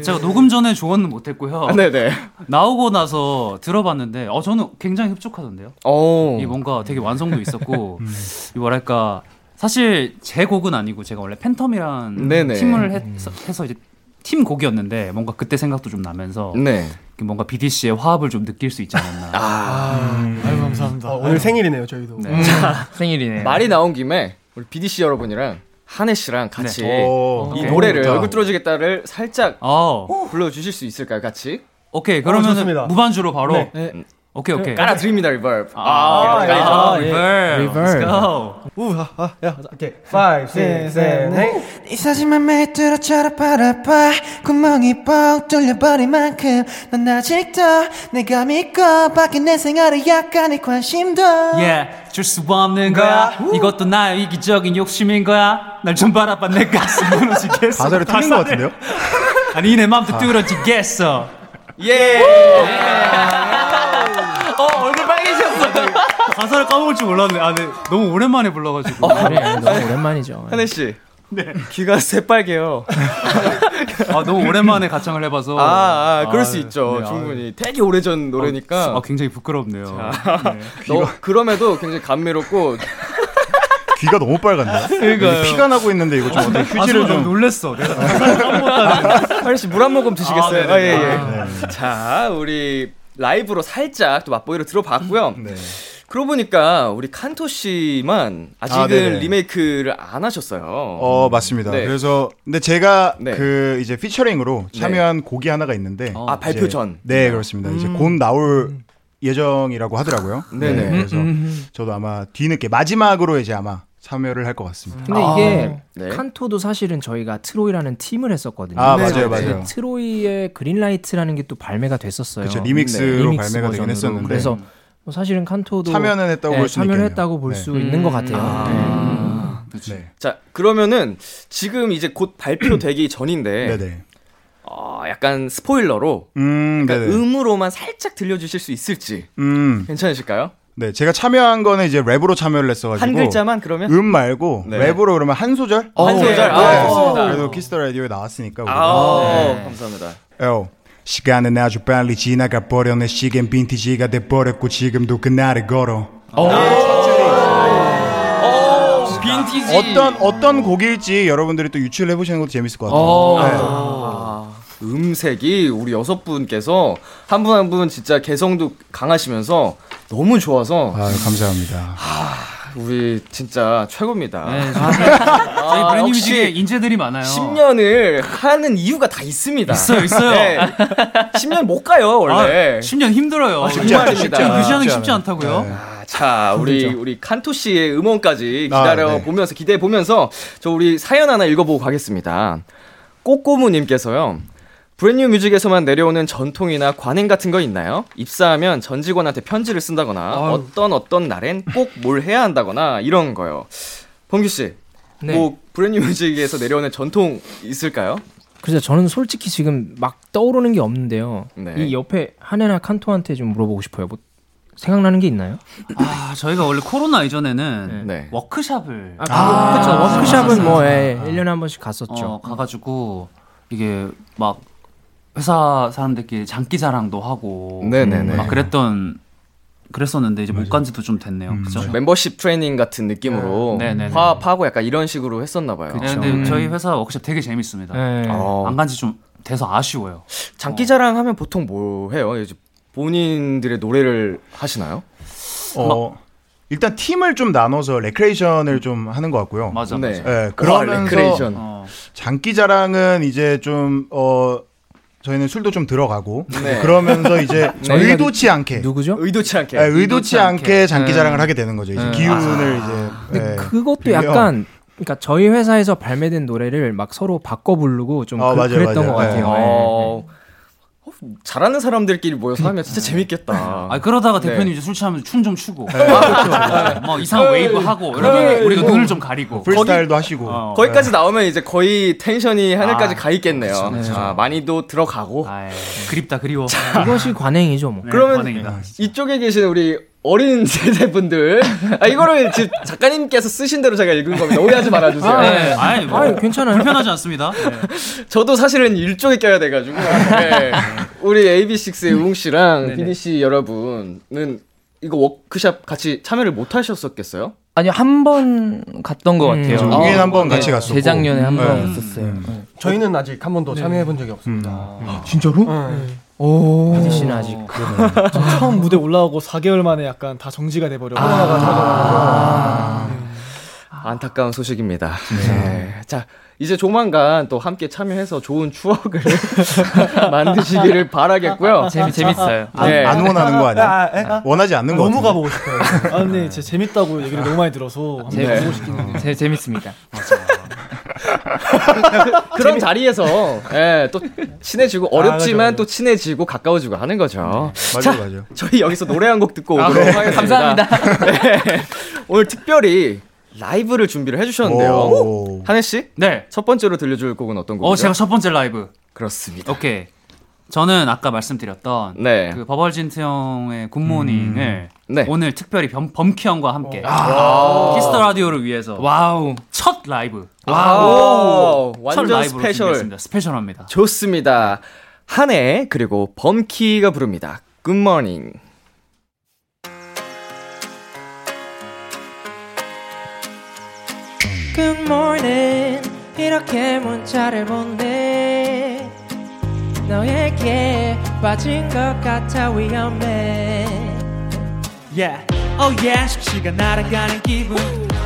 Speaker 4: 제가 녹음 전에 조언은 못했고요.
Speaker 2: 아, 네네.
Speaker 4: 나오고 나서 들어봤는데 어 저는 굉장히 흡족하던데요.
Speaker 2: 어.
Speaker 4: 이 뭔가 되게 완성도 있었고
Speaker 9: 음.
Speaker 4: 이 뭐랄까 사실 제 곡은 아니고 제가 원래 팬텀이란
Speaker 2: 네네.
Speaker 4: 팀을
Speaker 9: 음.
Speaker 4: 해서, 해서 이제 팀 곡이었는데 뭔가 그때 생각도 좀 나면서
Speaker 2: 네. 아.
Speaker 4: 이렇게 뭔가 BDC의 화합을 좀 느낄 수 있지 않았나.
Speaker 9: 아유
Speaker 4: 음.
Speaker 9: 감사합니다.
Speaker 8: 아, 오늘 생일이네요 저희도.
Speaker 5: 생일이네.
Speaker 2: 말이 나온 김에 우리 비디 씨 여러분이랑 한혜 씨랑 같이
Speaker 4: 네.
Speaker 7: 오.
Speaker 2: 이 노래를
Speaker 7: 좋다.
Speaker 2: 얼굴 뚫어지겠다를 살짝
Speaker 4: 어,
Speaker 2: 불러주실 수 있을까요, 같이?
Speaker 4: 오케이 그러면
Speaker 8: 어, 좋습니다.
Speaker 4: 은 무반주로 바로
Speaker 8: 네.
Speaker 9: 네.
Speaker 4: 오케이 오케이.
Speaker 2: 깔아드립니다, 리버브. 아,
Speaker 8: 예,
Speaker 4: 아, 리버. Let's go.
Speaker 8: 야, 네, 오케이. 5, 6, 7, 8.
Speaker 11: 이 사진만 매트로처럼 바라봐 구멍이 뻥 뚫려버릴 만큼 난 아직도 내가 믿고 밖에 내 생활에 약간의 관심도
Speaker 4: 예, 줄 수 없는 거야.
Speaker 2: 아.
Speaker 4: 이것도 나의 이기적인 욕심인 거야. 날 좀 바라봐, 내 가슴 무너지겠어.
Speaker 7: 가사를 틀린 것 같은데요?
Speaker 4: 아니, 예. 내 맘도 뚫어지겠어.
Speaker 2: 예.
Speaker 5: 어, 얼굴 빨개졌어.
Speaker 4: 가사를 까먹을 줄 몰랐네. 아, 네. 너무 오랜만에 불러가지고.
Speaker 6: 그래, 어. 네, 너무 오랜만이죠.
Speaker 2: 한혜 씨. 네. 귀가 새빨개요.
Speaker 4: 아, 너무 오랜만에 가창을 해봐서.
Speaker 2: 아, 아 그럴 수
Speaker 4: 아,
Speaker 2: 있죠.
Speaker 4: 네, 아,
Speaker 2: 충분히. 되게 오래전 노래니까.
Speaker 4: 아, 굉장히 부끄럽네요.
Speaker 2: 너, 그럼에도 굉장히 감미롭고
Speaker 7: 귀가 너무 빨갛네.
Speaker 2: 그러니까요.
Speaker 7: 피가 나고 있는데 이거 좀 어떻게 휴지를
Speaker 4: 아, 좀
Speaker 7: 좀.
Speaker 4: 놀랬어. 내가
Speaker 2: 하리 씨물 한 모금 드시겠어요?
Speaker 4: 아,
Speaker 2: 아, 예,
Speaker 4: 네네네.
Speaker 2: 예. 자, 우리 라이브로 살짝 또 맛보기로 들어봤고요.
Speaker 7: 음, 네.
Speaker 2: 그러고 보니까 우리 칸토 씨만 아직은
Speaker 7: 아, 네네.
Speaker 2: 리메이크를 안 하셨어요.
Speaker 7: 어 맞습니다.
Speaker 2: 네.
Speaker 7: 그래서 근데 제가
Speaker 2: 네.
Speaker 7: 그 이제 피처링으로 참여한 곡이 하나가 있는데
Speaker 2: 아, 발표
Speaker 7: 이제-
Speaker 2: 전.
Speaker 7: 네 그렇습니다.
Speaker 4: 음.
Speaker 7: 이제 곧 나올 예정이라고 하더라고요.
Speaker 2: 네네.
Speaker 7: 그래서
Speaker 4: 음.
Speaker 7: 저도 아마 뒤늦게 마지막으로 이제 아마 참여를 할 것 같습니다.
Speaker 6: 근데
Speaker 4: 아.
Speaker 6: 이게
Speaker 2: 네.
Speaker 6: 칸토도 사실은 저희가 트로이라는 팀을 했었거든요.
Speaker 7: 아
Speaker 2: 네,
Speaker 7: 맞아요
Speaker 2: 네.
Speaker 7: 맞아요.
Speaker 6: 트로이의 그린라이트라는 게 또 발매가 됐었어요. 네,
Speaker 7: 그렇죠 리믹스로
Speaker 6: 리믹스
Speaker 7: 발매가 되긴
Speaker 6: 버전으로.
Speaker 7: 했었는데
Speaker 6: 그래서 뭐 사실은 칸토도
Speaker 7: 참여는 했다고
Speaker 6: 네,
Speaker 7: 볼수
Speaker 6: 참여를
Speaker 7: 있겠네요.
Speaker 6: 했다고 볼
Speaker 7: 네.
Speaker 6: 수 있는 것 같아요.
Speaker 2: 음.
Speaker 7: 음, 네.
Speaker 2: 자, 그러면은 지금 이제 곧 발표되기 전인데
Speaker 7: 네네.
Speaker 2: 어, 약간 스포일러로
Speaker 7: 음
Speaker 2: 그러니까
Speaker 7: 네네.
Speaker 2: 음으로만 살짝 들려주실 수 있을지
Speaker 7: 음
Speaker 2: 괜찮으실까요?
Speaker 7: 네, 제가 참여한 거는 이제 랩으로 참여를 했어가지고
Speaker 1: 한 글자만 그러면?
Speaker 7: 음 말고
Speaker 1: 네.
Speaker 7: 랩으로 그러면 한 소절?
Speaker 1: 한 소절.
Speaker 7: 네.
Speaker 1: 아, 좋습니다.
Speaker 7: 그래도 키스터 라디오에 나왔으니까. 우리가.
Speaker 1: 아,
Speaker 7: 네.
Speaker 1: 감사합니다.
Speaker 7: 요. 시간은 아주 빨리 지나가 버렸네 시간 빈티지가 돼 버렸고 지금도 그날을 걸어.
Speaker 12: 아.
Speaker 1: 아,
Speaker 7: 아,
Speaker 5: 빈티지.
Speaker 7: 어떤 어떤 곡일지 여러분들이 또 유추를 해보시는 것도 재밌을 것
Speaker 2: 어.
Speaker 7: 같아요. 네.
Speaker 2: 아, 음색이 우리 여섯 분께서 한 분 한 분 진짜 개성도 강하시면서 너무 좋아서
Speaker 7: 네. 아유, 감사합니다.
Speaker 2: 우리 진짜 최고입니다.
Speaker 4: 네, 저희
Speaker 2: 아,
Speaker 4: 브랜드
Speaker 2: 역시
Speaker 4: 뮤직에 인재들이 많아요.
Speaker 2: 10년을 하는 이유가 다 있습니다. 네.
Speaker 4: 있어요, 있어요.
Speaker 2: 10년 못 가요, 원래.
Speaker 4: 10년 힘들어요.
Speaker 2: 쉽지 않죠, 쉽지 않아요.
Speaker 4: 유지하는 게 쉽지 않다고요.
Speaker 7: 네.
Speaker 2: 아, 자, 우리
Speaker 4: 힘들죠.
Speaker 2: 우리 칸토 씨의 음원까지
Speaker 7: 아,
Speaker 2: 기다려
Speaker 7: 네.
Speaker 2: 보면서 기대해 보면서 저 우리 사연 하나 읽어보고 가겠습니다. 꼬꼬무 님께서요. 브랜뉴 뮤직에서만 내려오는 전통이나 관행 같은 거 있나요? 입사하면 전 직원한테 편지를 쓴다거나 어떤 어떤 날엔 꼭 뭘 해야 한다거나 이런 거요. 범규 씨.
Speaker 6: 네.
Speaker 2: 뭐 브랜뉴 뮤직에서 내려오는 전통 있을까요?
Speaker 6: 그래서 저는 솔직히 지금 막 떠오르는 게 없는데요.
Speaker 2: 네.
Speaker 6: 이 옆에 한혜나 칸토한테 좀 물어보고 싶어요. 뭐 생각나는 게 있나요?
Speaker 4: 아, 저희가 원래 코로나 이전에는
Speaker 2: 네.
Speaker 4: 워크샵을
Speaker 6: 아, 그렇죠. 워크숍은 뭐 예, 1년에 한 번씩 갔었죠.
Speaker 4: 어, 가가지고 이게 막 회사 사람들끼리 장기 자랑도 하고
Speaker 2: 네네네.
Speaker 4: 막 그랬던 그랬었는데 이제 못 간 지도 좀 됐네요.
Speaker 6: 음,
Speaker 4: 그죠?
Speaker 7: 그렇죠.
Speaker 2: 멤버십 트레이닝 같은 느낌으로
Speaker 4: 네, 네, 네.
Speaker 2: 화합하고 약간 이런 식으로 했었나 봐요.
Speaker 4: 네, 근데 저희
Speaker 6: 음.
Speaker 4: 회사 워크숍 되게 재밌습니다.
Speaker 6: 예.
Speaker 2: 어.
Speaker 4: 안 간 지 좀 돼서 아쉬워요.
Speaker 2: 장기자랑 하면 보통 뭐 해요? 이제 본인들의 노래를 하시나요?
Speaker 7: 어, 일단 팀을 좀 나눠서 레크레이션을 좀 하는 것 같고요.
Speaker 4: 맞아.
Speaker 2: 네.
Speaker 4: 맞아.
Speaker 7: 예,
Speaker 2: 와,
Speaker 7: 그러면서
Speaker 2: 레크레이션.
Speaker 4: 어.
Speaker 7: 장기자랑은 이제 좀 어. 저희는 술도 좀 들어가고
Speaker 2: 네.
Speaker 7: 그러면서 이제
Speaker 6: 저희가
Speaker 7: 의도치 않게
Speaker 6: 누구죠?
Speaker 2: 의도치 않게.
Speaker 7: 예, 의도치 않게
Speaker 4: 않게.
Speaker 7: 장기자랑을 하게 되는 거죠. 이제
Speaker 6: 음.
Speaker 7: 기운을 이제
Speaker 6: 근데
Speaker 7: 예.
Speaker 6: 그것도
Speaker 7: 빌려.
Speaker 6: 약간 그러니까 저희 회사에서 발매된 노래를 막 서로 바꿔 부르고 좀
Speaker 7: 어,
Speaker 6: 그,
Speaker 7: 맞아요,
Speaker 6: 랬던
Speaker 7: 맞아요. 네.
Speaker 6: 것 같아요.
Speaker 2: 어,
Speaker 6: 예.
Speaker 4: 네,
Speaker 2: 어, 잘하는 사람들끼리 모여서 하면 진짜 재밌겠다.
Speaker 4: 음. 아 그러다가
Speaker 2: 네.
Speaker 4: 대표님 이제 술 취하면 춤 좀 추고
Speaker 6: 네.
Speaker 2: 그렇죠.
Speaker 4: 어, 뭐
Speaker 2: 네.
Speaker 4: 이상한 웨이브 하고 이러면 우리가 눈을 좀
Speaker 6: 뭐
Speaker 4: 가리고
Speaker 7: 프리스타일도 네. 하시고
Speaker 4: 어.
Speaker 2: 어. 거기까지 나오면 이제 거의 텐션이 하늘까지
Speaker 4: 아,
Speaker 2: 가 있겠네요. 아, 많이도 들어가고.
Speaker 4: 아이, 예. 그립다 그리워.
Speaker 6: 네. 그것이 관행이죠, 뭐.
Speaker 2: 그러면 음,
Speaker 4: 반응이다.
Speaker 2: 이쪽에 계신 우리 어린 세대분들, 아, 이거를 지금 작가님께서 쓰신 대로 제가 읽은 겁니다. 오해하지 말아주세요.
Speaker 4: 네. 아이, 뭐,
Speaker 6: 아니, 괜찮아요.
Speaker 4: 불편하지 않습니다.
Speaker 2: 저도 사실은 일종에 껴야 돼가지고 네. 우리 AB6IX의 우웅 씨랑 비니 씨 여러분은 이거 워크샵 같이 참여를 못 하셨었겠어요?
Speaker 5: 아니요 한 번 갔던 것 같아요.
Speaker 7: 저 우기는 한번 같이 갔었고.
Speaker 5: 음, 재작년에 한 번
Speaker 7: 네.
Speaker 5: 갔었어요. 네.
Speaker 8: 저희는 아직 한 번도 참여해 본 적이 없습니다.
Speaker 9: 아,
Speaker 6: 진짜로?
Speaker 8: 네.
Speaker 6: 오. 하진 씨는 아직.
Speaker 9: 처음 무대 올라오고 4개월 만에 약간 다 정지가 돼버려.
Speaker 2: 안타까운 소식입니다. 네. 자 이제 조만간 또 함께 참여해서 좋은 추억을 만드시기를 바라겠고요.
Speaker 5: 재미 재밌어요.
Speaker 2: 네.
Speaker 7: 아. 안 원하는 거 아니야?
Speaker 8: 아, 에? 아,
Speaker 7: 원하지 않는 거
Speaker 8: 너무
Speaker 7: 같은데. 아.
Speaker 8: 가보고 싶어요.
Speaker 9: 아 근데 진짜 재밌다고 얘기를 너무 많이 들어서 한번
Speaker 5: 네.
Speaker 9: 가보고 싶긴 해요.
Speaker 5: 재, 재밌습니다.
Speaker 2: 그런 자리에서 예, 또 친해지고 어렵지만
Speaker 8: 맞아, 맞아.
Speaker 2: 또 친해지고 가까워지고 하는 거죠.
Speaker 7: 맞아 맞아.
Speaker 2: 저희 여기서 노래 한 곡 듣고 오도록 하겠습니다. 감사합니다. 오늘 특별히 라이브를 준비를 해주셨는데요.
Speaker 7: 오.
Speaker 2: 한혜 씨,
Speaker 4: 네.
Speaker 2: 첫 번째로 들려줄 곡은 어떤 곡이죠?
Speaker 4: 어 제가 첫 번째 라이브.
Speaker 2: 그렇습니다.
Speaker 4: 오케이. 저는 아까 말씀드렸던
Speaker 2: 네.
Speaker 4: 그 버벌진트 형의 굿모닝을
Speaker 2: 네.
Speaker 4: 오늘 특별히 범, 범키 형과 함께 키스터 라디오를 위해서
Speaker 5: 와우.
Speaker 4: 첫 라이브
Speaker 2: 와우,
Speaker 4: 첫
Speaker 2: 아, 완전
Speaker 4: 라이브로
Speaker 2: 스페셜.
Speaker 4: 준비했습니다. 스페셜합니다.
Speaker 2: 좋습니다. 한혜 그리고 범키가 부릅니다. 굿모닝.
Speaker 3: Good morning 이렇게 문자를 보내 너에게 빠진 것 같아 위험해 Yeah Oh yeah 숙취가 날아가는 기분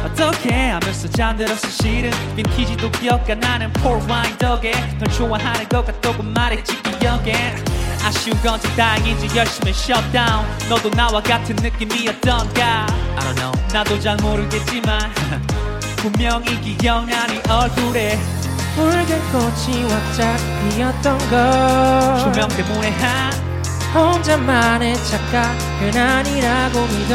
Speaker 3: 어떻게 하면서 잠들었어 실은 빈티지도 기억가 나는 포르 와인 덕에 널 좋아하는 것 같다고 말했지 기억에 아쉬운 건지 다행인지 열심히 shutdown 너도 나와 같은 느낌이었던가 I don't know 나도 잘 모르겠지만 분명히 기억나니 얼굴에 붉은 꽃이
Speaker 11: 쫙 피었던 걸
Speaker 3: 조명 때문에 하
Speaker 11: 혼자만의 착각은 아니라고 믿어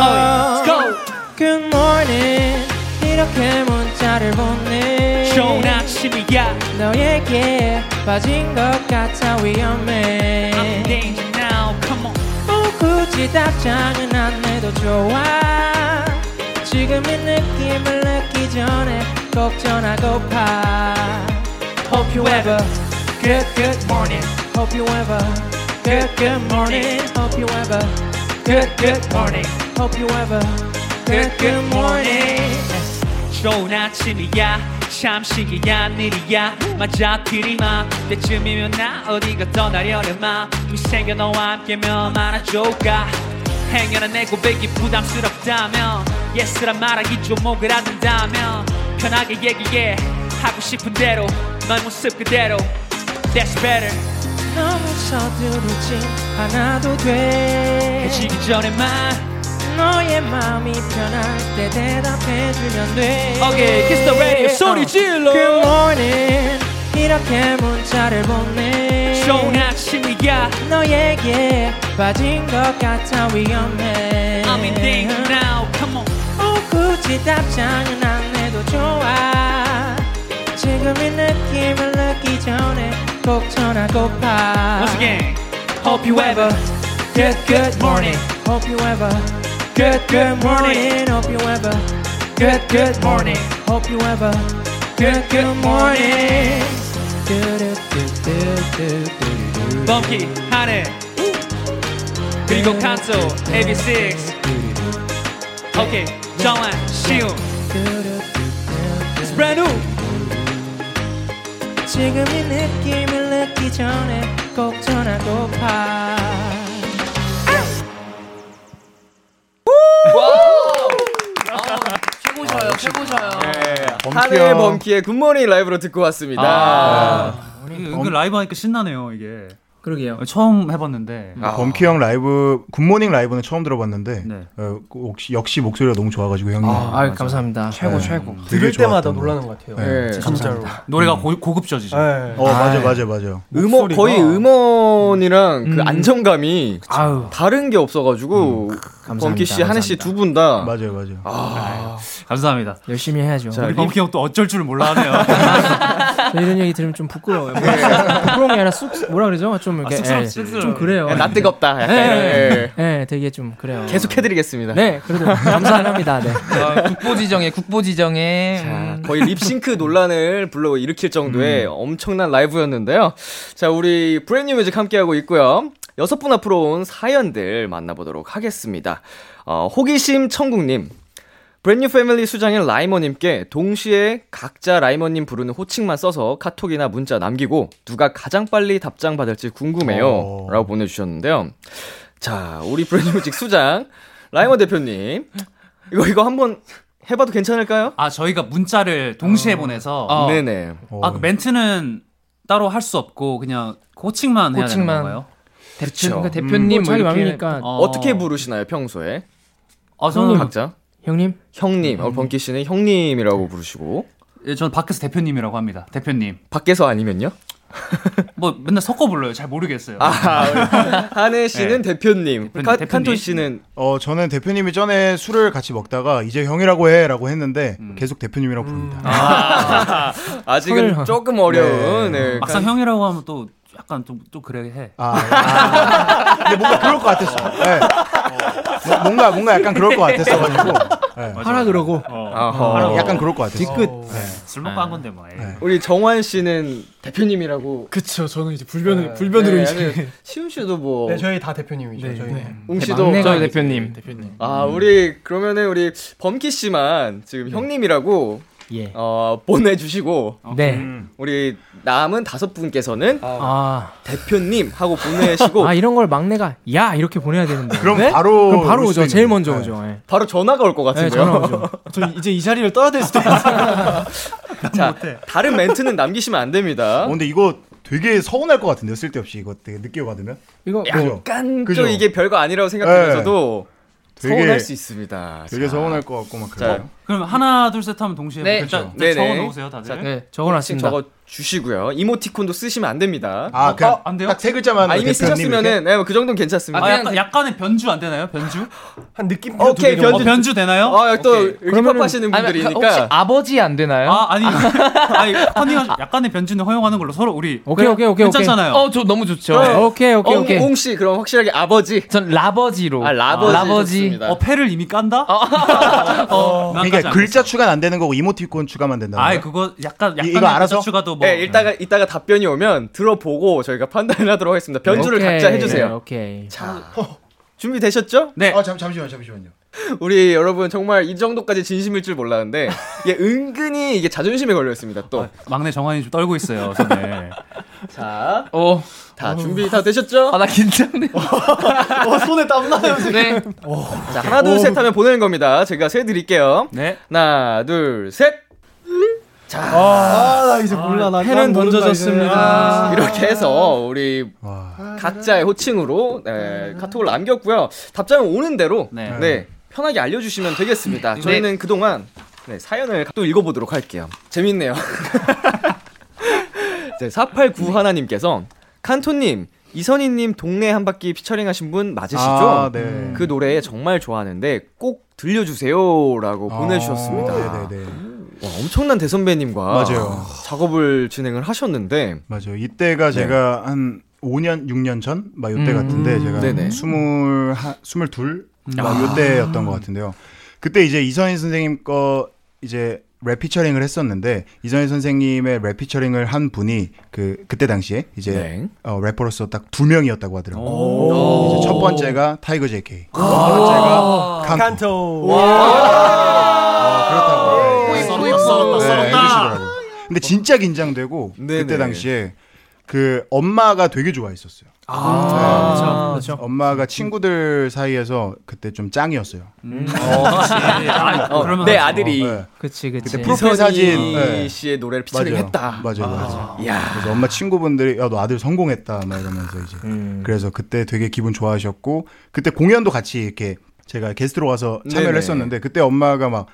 Speaker 3: Oh, let's
Speaker 11: Good morning 이렇게 문자를 보내
Speaker 3: 좋은 아침이야
Speaker 11: 너에게 빠진 것 같아 위험해
Speaker 3: I'm in danger now come on
Speaker 11: Oh
Speaker 10: 굳이 답장은 안 해도 좋아 지금 이 느낌을 느끼기 전에 꼭 전하고파 Hope you ever good good morning Hope you ever good good morning Hope you ever good good morning Hope you ever good good morning
Speaker 3: 좋은 아침이야 참 신기한 일이야 맞아 그림아 때쯤이면 나 어디가 떠나려려마 이미 생겨 너와 함께면 안아줄까 행여나 내 고백이 부담스럽다면 예스라 말하기 좀 오그라든다면 편하게 얘기해 하고 싶은 대로 너의 모습 그대로 That's better
Speaker 10: 너무 서두르지 않아도 돼
Speaker 3: 해지기 전에만
Speaker 10: 너의 마음이 편할 때 대답해주면 돼 어,
Speaker 3: Okay, kiss the radio. 소리 질러.
Speaker 10: Good morning 이렇게 문자를 보내
Speaker 3: 좋은 아침이야
Speaker 10: 너에게 빠진 것 같아 위험해
Speaker 3: I'm in danger now come on
Speaker 10: 어, 굳이 답장은 안 해도 좋아 지금 이 느낌을 느끼기 전에 꼭 전하고파
Speaker 3: Once again.
Speaker 10: Hope you ever Good good morning Hope you ever Good good morning Hope you ever Good good morning Hope you ever Good good morning
Speaker 3: 범키 하늘 그리고 칸소 AB6 오케이 정한 시우 It's brand new
Speaker 10: 지금 이 느낌을 느끼기 전에 꼭 전하고파
Speaker 5: 최고셔요, 최고셔요.
Speaker 8: 네,
Speaker 2: 하늘 범키의 굿모닝 라이브로 듣고 왔습니다.
Speaker 4: 아. 이게 은근 라이브 하니까 신나네요 이게.
Speaker 6: 그러게요.
Speaker 4: 처음 해봤는데.
Speaker 6: 네. 아.
Speaker 7: 범키 형 라이브 굿모닝 라이브는 처음 들어봤는데 어, 혹시, 역시 목소리가 너무 좋아가지고 형님.
Speaker 6: 네.
Speaker 7: 네.
Speaker 6: 아, 아유, 맞아. 감사합니다. 최고, 최고. 들을 때마다 놀라는 것 같아요. 네,
Speaker 7: 진짜로.
Speaker 4: 노래가 고, 고급져지죠.
Speaker 2: 네.
Speaker 7: 어 맞아 맞아 맞아.
Speaker 2: 음원 거의 음원이랑 음. 그
Speaker 7: 음.
Speaker 2: 안정감이 다른 게 없어가지고 범키 씨, 한혜 씨 두 분 다
Speaker 7: 맞아요 맞아요.
Speaker 4: 감사합니다.
Speaker 6: 열심히 해야죠.
Speaker 4: 우리 범키 형 또 어쩔 줄 몰라하네요.
Speaker 6: 저 이런 얘기 들으면 좀 부끄러워요. 뭐 부끄러운 게 아니라 쑥 뭐라 그러죠? 좀 이렇게
Speaker 2: 아, 쑥스럽-
Speaker 6: 예,
Speaker 2: 쑥스러워.
Speaker 6: 좀 그래요.
Speaker 2: 야, 나 뜨겁다. 약간
Speaker 6: 예,
Speaker 2: 이런,
Speaker 6: 예, 예. 예, 되게 좀 그래요.
Speaker 2: 계속 해드리겠습니다.
Speaker 6: 네, 그래도 감사합니다. 네.
Speaker 5: 아, 음. 국보지정에 국보지정에.
Speaker 2: 음. 거의 립싱크 논란을 불러 일으킬 정도의 엄청난 라이브였는데요. 자, 우리 브랜뉴 뮤직 함께하고 있고요. 여섯 분 앞으로 온 사연들 만나보도록 하겠습니다. 어, 호기심 천국님. 브랜뉴 패밀리 수장인 라이머님께 동시에 각자 라이머님 부르는 호칭만 써서 카톡이나 문자 남기고 누가 가장 빨리 답장 받을지 궁금해요. 라고 보내주셨는데요. 자, 우리 브랜뉴 뮤직 수장, 라이머 대표님. 이거, 이거 한번 해봐도 괜찮을까요?
Speaker 4: 아 저희가 문자를 동시에 보내서
Speaker 2: 어. 네네.
Speaker 4: 아, 그 멘트는 따로 할 수 없고 그냥 호칭만 해야 되는
Speaker 2: 호칭만.
Speaker 4: 건가요?
Speaker 2: 대표-
Speaker 4: 그쵸.
Speaker 2: 그러니까 대표님
Speaker 7: 음,
Speaker 2: 뭐 이렇게- 어. 어떻게
Speaker 4: 부-
Speaker 2: 부르시나요 평소에? 음.
Speaker 4: 아, 저는-
Speaker 2: 각자
Speaker 6: 형님,
Speaker 2: 형님.
Speaker 9: 음.
Speaker 2: 어, 범키 씨는 형님이라고 부르시고.
Speaker 4: 예, 저는 밖에서 대표님이라고 합니다. 대표님.
Speaker 2: 밖에서 아니면요?
Speaker 4: 뭐 맨날 섞어 불러요. 잘 모르겠어요. 네.
Speaker 2: 아, 우리 한혜 씨는 네. 대표님. 카- 칸토 씨는
Speaker 7: 어 저는 대표님이 전에 술을 같이 먹다가 이제 형이라고 해라고 했는데 계속 대표님이라고 부릅니다.
Speaker 2: 음. 아, 아직은
Speaker 7: 헐.
Speaker 2: 조금 어려운. 네.
Speaker 4: 막상 형이라고 하면 또 약간 좀, 좀 그래 해.
Speaker 7: 아, 근데 뭔가 그럴 것 같았어. 네. 뭐- 뭔가 뭔가 약간 그럴 것 같았어가지고. 네.
Speaker 9: 하라 그러고.
Speaker 4: 어.
Speaker 2: 어. 아하.
Speaker 7: 하라고. 약간 그럴 것 같았어.
Speaker 9: 뒤끝. 네.
Speaker 4: 술 먹고 한 건데 뭐.
Speaker 2: 우리 정환 씨는 대표님이라고.
Speaker 9: 그쵸. 저는 이제 불변을 불변으로
Speaker 2: 네,
Speaker 9: 이제.
Speaker 2: 아니, 시훈 씨도 뭐.
Speaker 8: 네, 저희 다 대표님이죠. 저희.
Speaker 2: 웅 씨도
Speaker 9: 막내가
Speaker 2: 저희
Speaker 9: 대표님. 대표님.
Speaker 2: 아
Speaker 8: 음.
Speaker 2: 우리 그러면은 우리 범키 씨만 지금 형님이라고
Speaker 6: 예.
Speaker 2: 어, 보내주시고
Speaker 6: 네.
Speaker 2: 음. 우리 남은 다섯 분께서는
Speaker 6: 아.
Speaker 2: 대표님 하고 보내시고
Speaker 6: 아 이런 걸 막내가 야 이렇게 보내야 되는데.
Speaker 2: 그럼
Speaker 6: 네?
Speaker 2: 바로
Speaker 6: 그럼
Speaker 2: 올
Speaker 6: 바로
Speaker 2: 수
Speaker 6: 오죠.
Speaker 2: 있는.
Speaker 6: 제일 먼저
Speaker 2: 네.
Speaker 6: 오죠. 예.
Speaker 2: 바로 전화가 올 것
Speaker 6: 네,
Speaker 2: 같은데요.
Speaker 6: 전화 오죠.
Speaker 9: 저 이제 이 자리를 떠야 될 수도 있어요.
Speaker 2: 자 다른 멘트는 남기시면 안 됩니다.
Speaker 7: 어, 근데 이거 되게 서운할 것 같은데요. 쓸데없이 이거 되게 늦게 받으면.
Speaker 2: 뭐
Speaker 6: 이거
Speaker 7: 뭐.
Speaker 2: 약간 좀 이게 별거 아니라고 생각하면서도 서운할 수 있습니다.
Speaker 7: 네. 되게
Speaker 2: 자.
Speaker 7: 서운할 것 같고 막
Speaker 2: 자,
Speaker 7: 그래요.
Speaker 4: 그럼 하나 둘 셋 하면 동시에
Speaker 5: 네.
Speaker 4: 딱, 딱
Speaker 2: 네네.
Speaker 4: 적어 놓으세요 다들.
Speaker 2: 자, 적어 주시고요. 이모티콘도 쓰시면 안 됩니다.
Speaker 4: 아, 어, 그냥 아,
Speaker 2: 안
Speaker 4: 돼요?
Speaker 2: 딱 세 글자만. 아, 이미
Speaker 4: 대표님
Speaker 2: 쓰셨으면은 네, 뭐그 정도는 괜찮습니다.
Speaker 4: 아, 약간, 약간의 변주 안 되나요? 변주? 어,
Speaker 8: 한 느낌
Speaker 5: 어,
Speaker 2: 오케이 변주
Speaker 4: 변주 되나요?
Speaker 2: 아, 또
Speaker 4: 그러면은-
Speaker 2: 힙합하시는
Speaker 4: 아니,
Speaker 2: 분들이니까.
Speaker 4: 혹시
Speaker 5: 아버지 안 되나요?
Speaker 4: 아 아니 아니 허니가 약간의 변주는 허용하는 걸로 서로 우리
Speaker 5: 오케이 오케이 오케이
Speaker 4: 괜찮잖아요.
Speaker 5: 오케이. 어저 너무 좋죠.
Speaker 4: 네.
Speaker 5: 오케이 오케이
Speaker 4: 어,
Speaker 5: 오케이.
Speaker 4: 옹
Speaker 2: 씨 그럼 확실하게 아버지.
Speaker 5: 전 라버지로. 아,
Speaker 2: 아, 라버지
Speaker 7: 좋습니다.
Speaker 4: 어 패를 이미 깐다? 어, 난 까지
Speaker 7: 그러니까
Speaker 4: 안
Speaker 7: 글자 추가는 안 되는 거고 이모티콘 추가만 된다는 거예요.
Speaker 4: 아이 그거 약간 약간
Speaker 7: 이거 알아서?
Speaker 4: 추가도 뭐
Speaker 2: 네, 이따가 이따가 답변이 오면 들어보고 저희가 판단을 하도록 하겠습니다. 변주를
Speaker 7: 오케이.
Speaker 2: 각자 해주세요.
Speaker 7: 네,
Speaker 5: 오케이.
Speaker 2: 자
Speaker 8: 어,
Speaker 2: 준비 되셨죠?
Speaker 4: 네.
Speaker 7: 아, 잠, 잠시만, 잠시만요.
Speaker 2: 우리 여러분 정말 이 정도까지 진심일 줄 몰랐는데 이게 은근히 이게 자존심에 걸려 있습니다. 또
Speaker 4: 아, 막내 정환이 좀 떨고 있어요. 전에.
Speaker 2: 자,
Speaker 5: 어,
Speaker 2: 다 준비 다 되셨죠?
Speaker 5: 아, 나 긴장돼.
Speaker 2: 어, 손에 땀 나요, 지금.
Speaker 9: 네.
Speaker 2: 자, 하나
Speaker 5: 오.
Speaker 2: 둘 셋 하면 보내는 겁니다. 제가 세 드릴게요.
Speaker 4: 네.
Speaker 2: 하나, 둘, 셋. 자,
Speaker 9: 아, 나 이제 몰라. 나-
Speaker 2: 펜은
Speaker 9: 난 모른다,
Speaker 2: 던져졌습니다.
Speaker 9: 이제.
Speaker 2: 아. 이렇게 해서 우리 각자의 호칭으로 네, 카톡을 남겼고요. 답장은 오는 대로 네. 편하게 알려주시면 되겠습니다. 저희는 그동안 네, 사연을 또 읽어보도록 할게요. 재밌네요. 네, 489 하나님께서 칸토님, 이선희님 동네 한 바퀴 피처링하신 분 맞으시죠?
Speaker 7: 아, 네.
Speaker 2: 그 노래 정말 좋아하는데 꼭 들려주세요라고
Speaker 7: 아,
Speaker 2: 보내주셨습니다.
Speaker 7: 네,
Speaker 2: 와, 엄청난 대선배님과
Speaker 7: 맞아요.
Speaker 2: 작업을 진행을 하셨는데
Speaker 7: 맞아요. 이때가
Speaker 2: 네.
Speaker 7: 제가 한 5년, 6년 전? 막 요때
Speaker 2: 음.
Speaker 7: 같은데 제가
Speaker 2: 네네.
Speaker 7: 20, 한- 22? 막
Speaker 2: 아.
Speaker 7: 요때였던 것 같은데요. 그때 이제 이선희 선생님 거 이제 랩 피처링을 했었는데 이선희 선생님의 랩 피처링을 한 분이 그 그때 당시에 이제
Speaker 2: 네.
Speaker 7: 어, 래퍼로서 딱 두 명이었다고 하더라고요.
Speaker 8: 오.
Speaker 7: 이제 첫 번째가 타이거 JK. 두
Speaker 8: 아, 와.
Speaker 7: 번째가 칸
Speaker 8: 칸토.
Speaker 2: 아,
Speaker 8: 네,
Speaker 7: 그렇다고. 예,
Speaker 8: 썰었다, 어. 썰었다, 썰었다.
Speaker 7: 해주시더라고요. 근데 진짜 긴장되고 그때 당시에 그 엄마가 되게 좋아했었어요.
Speaker 8: 아, 그렇죠,
Speaker 7: 그렇죠. 엄마가 친구들 사이에서 그때 좀 짱이었어요.
Speaker 8: 음.
Speaker 7: 네.
Speaker 8: 아, 뭐
Speaker 2: 어, 내 아들이
Speaker 5: 그치
Speaker 7: 그때 프로필 사진 네.
Speaker 2: 씨의 노래를 피처링했다.
Speaker 7: 맞아요, 맞아요.
Speaker 2: 이야.
Speaker 7: 그래서 엄마 친구분들이 야 너 아들 성공했다 막 이러면서 이제
Speaker 8: 음.
Speaker 7: 그래서 그때 되게 기분 좋아하셨고 그때 공연도 같이 이렇게 제가 게스트로 와서 참여를
Speaker 2: 네네.
Speaker 7: 했었는데 그때 엄마가 막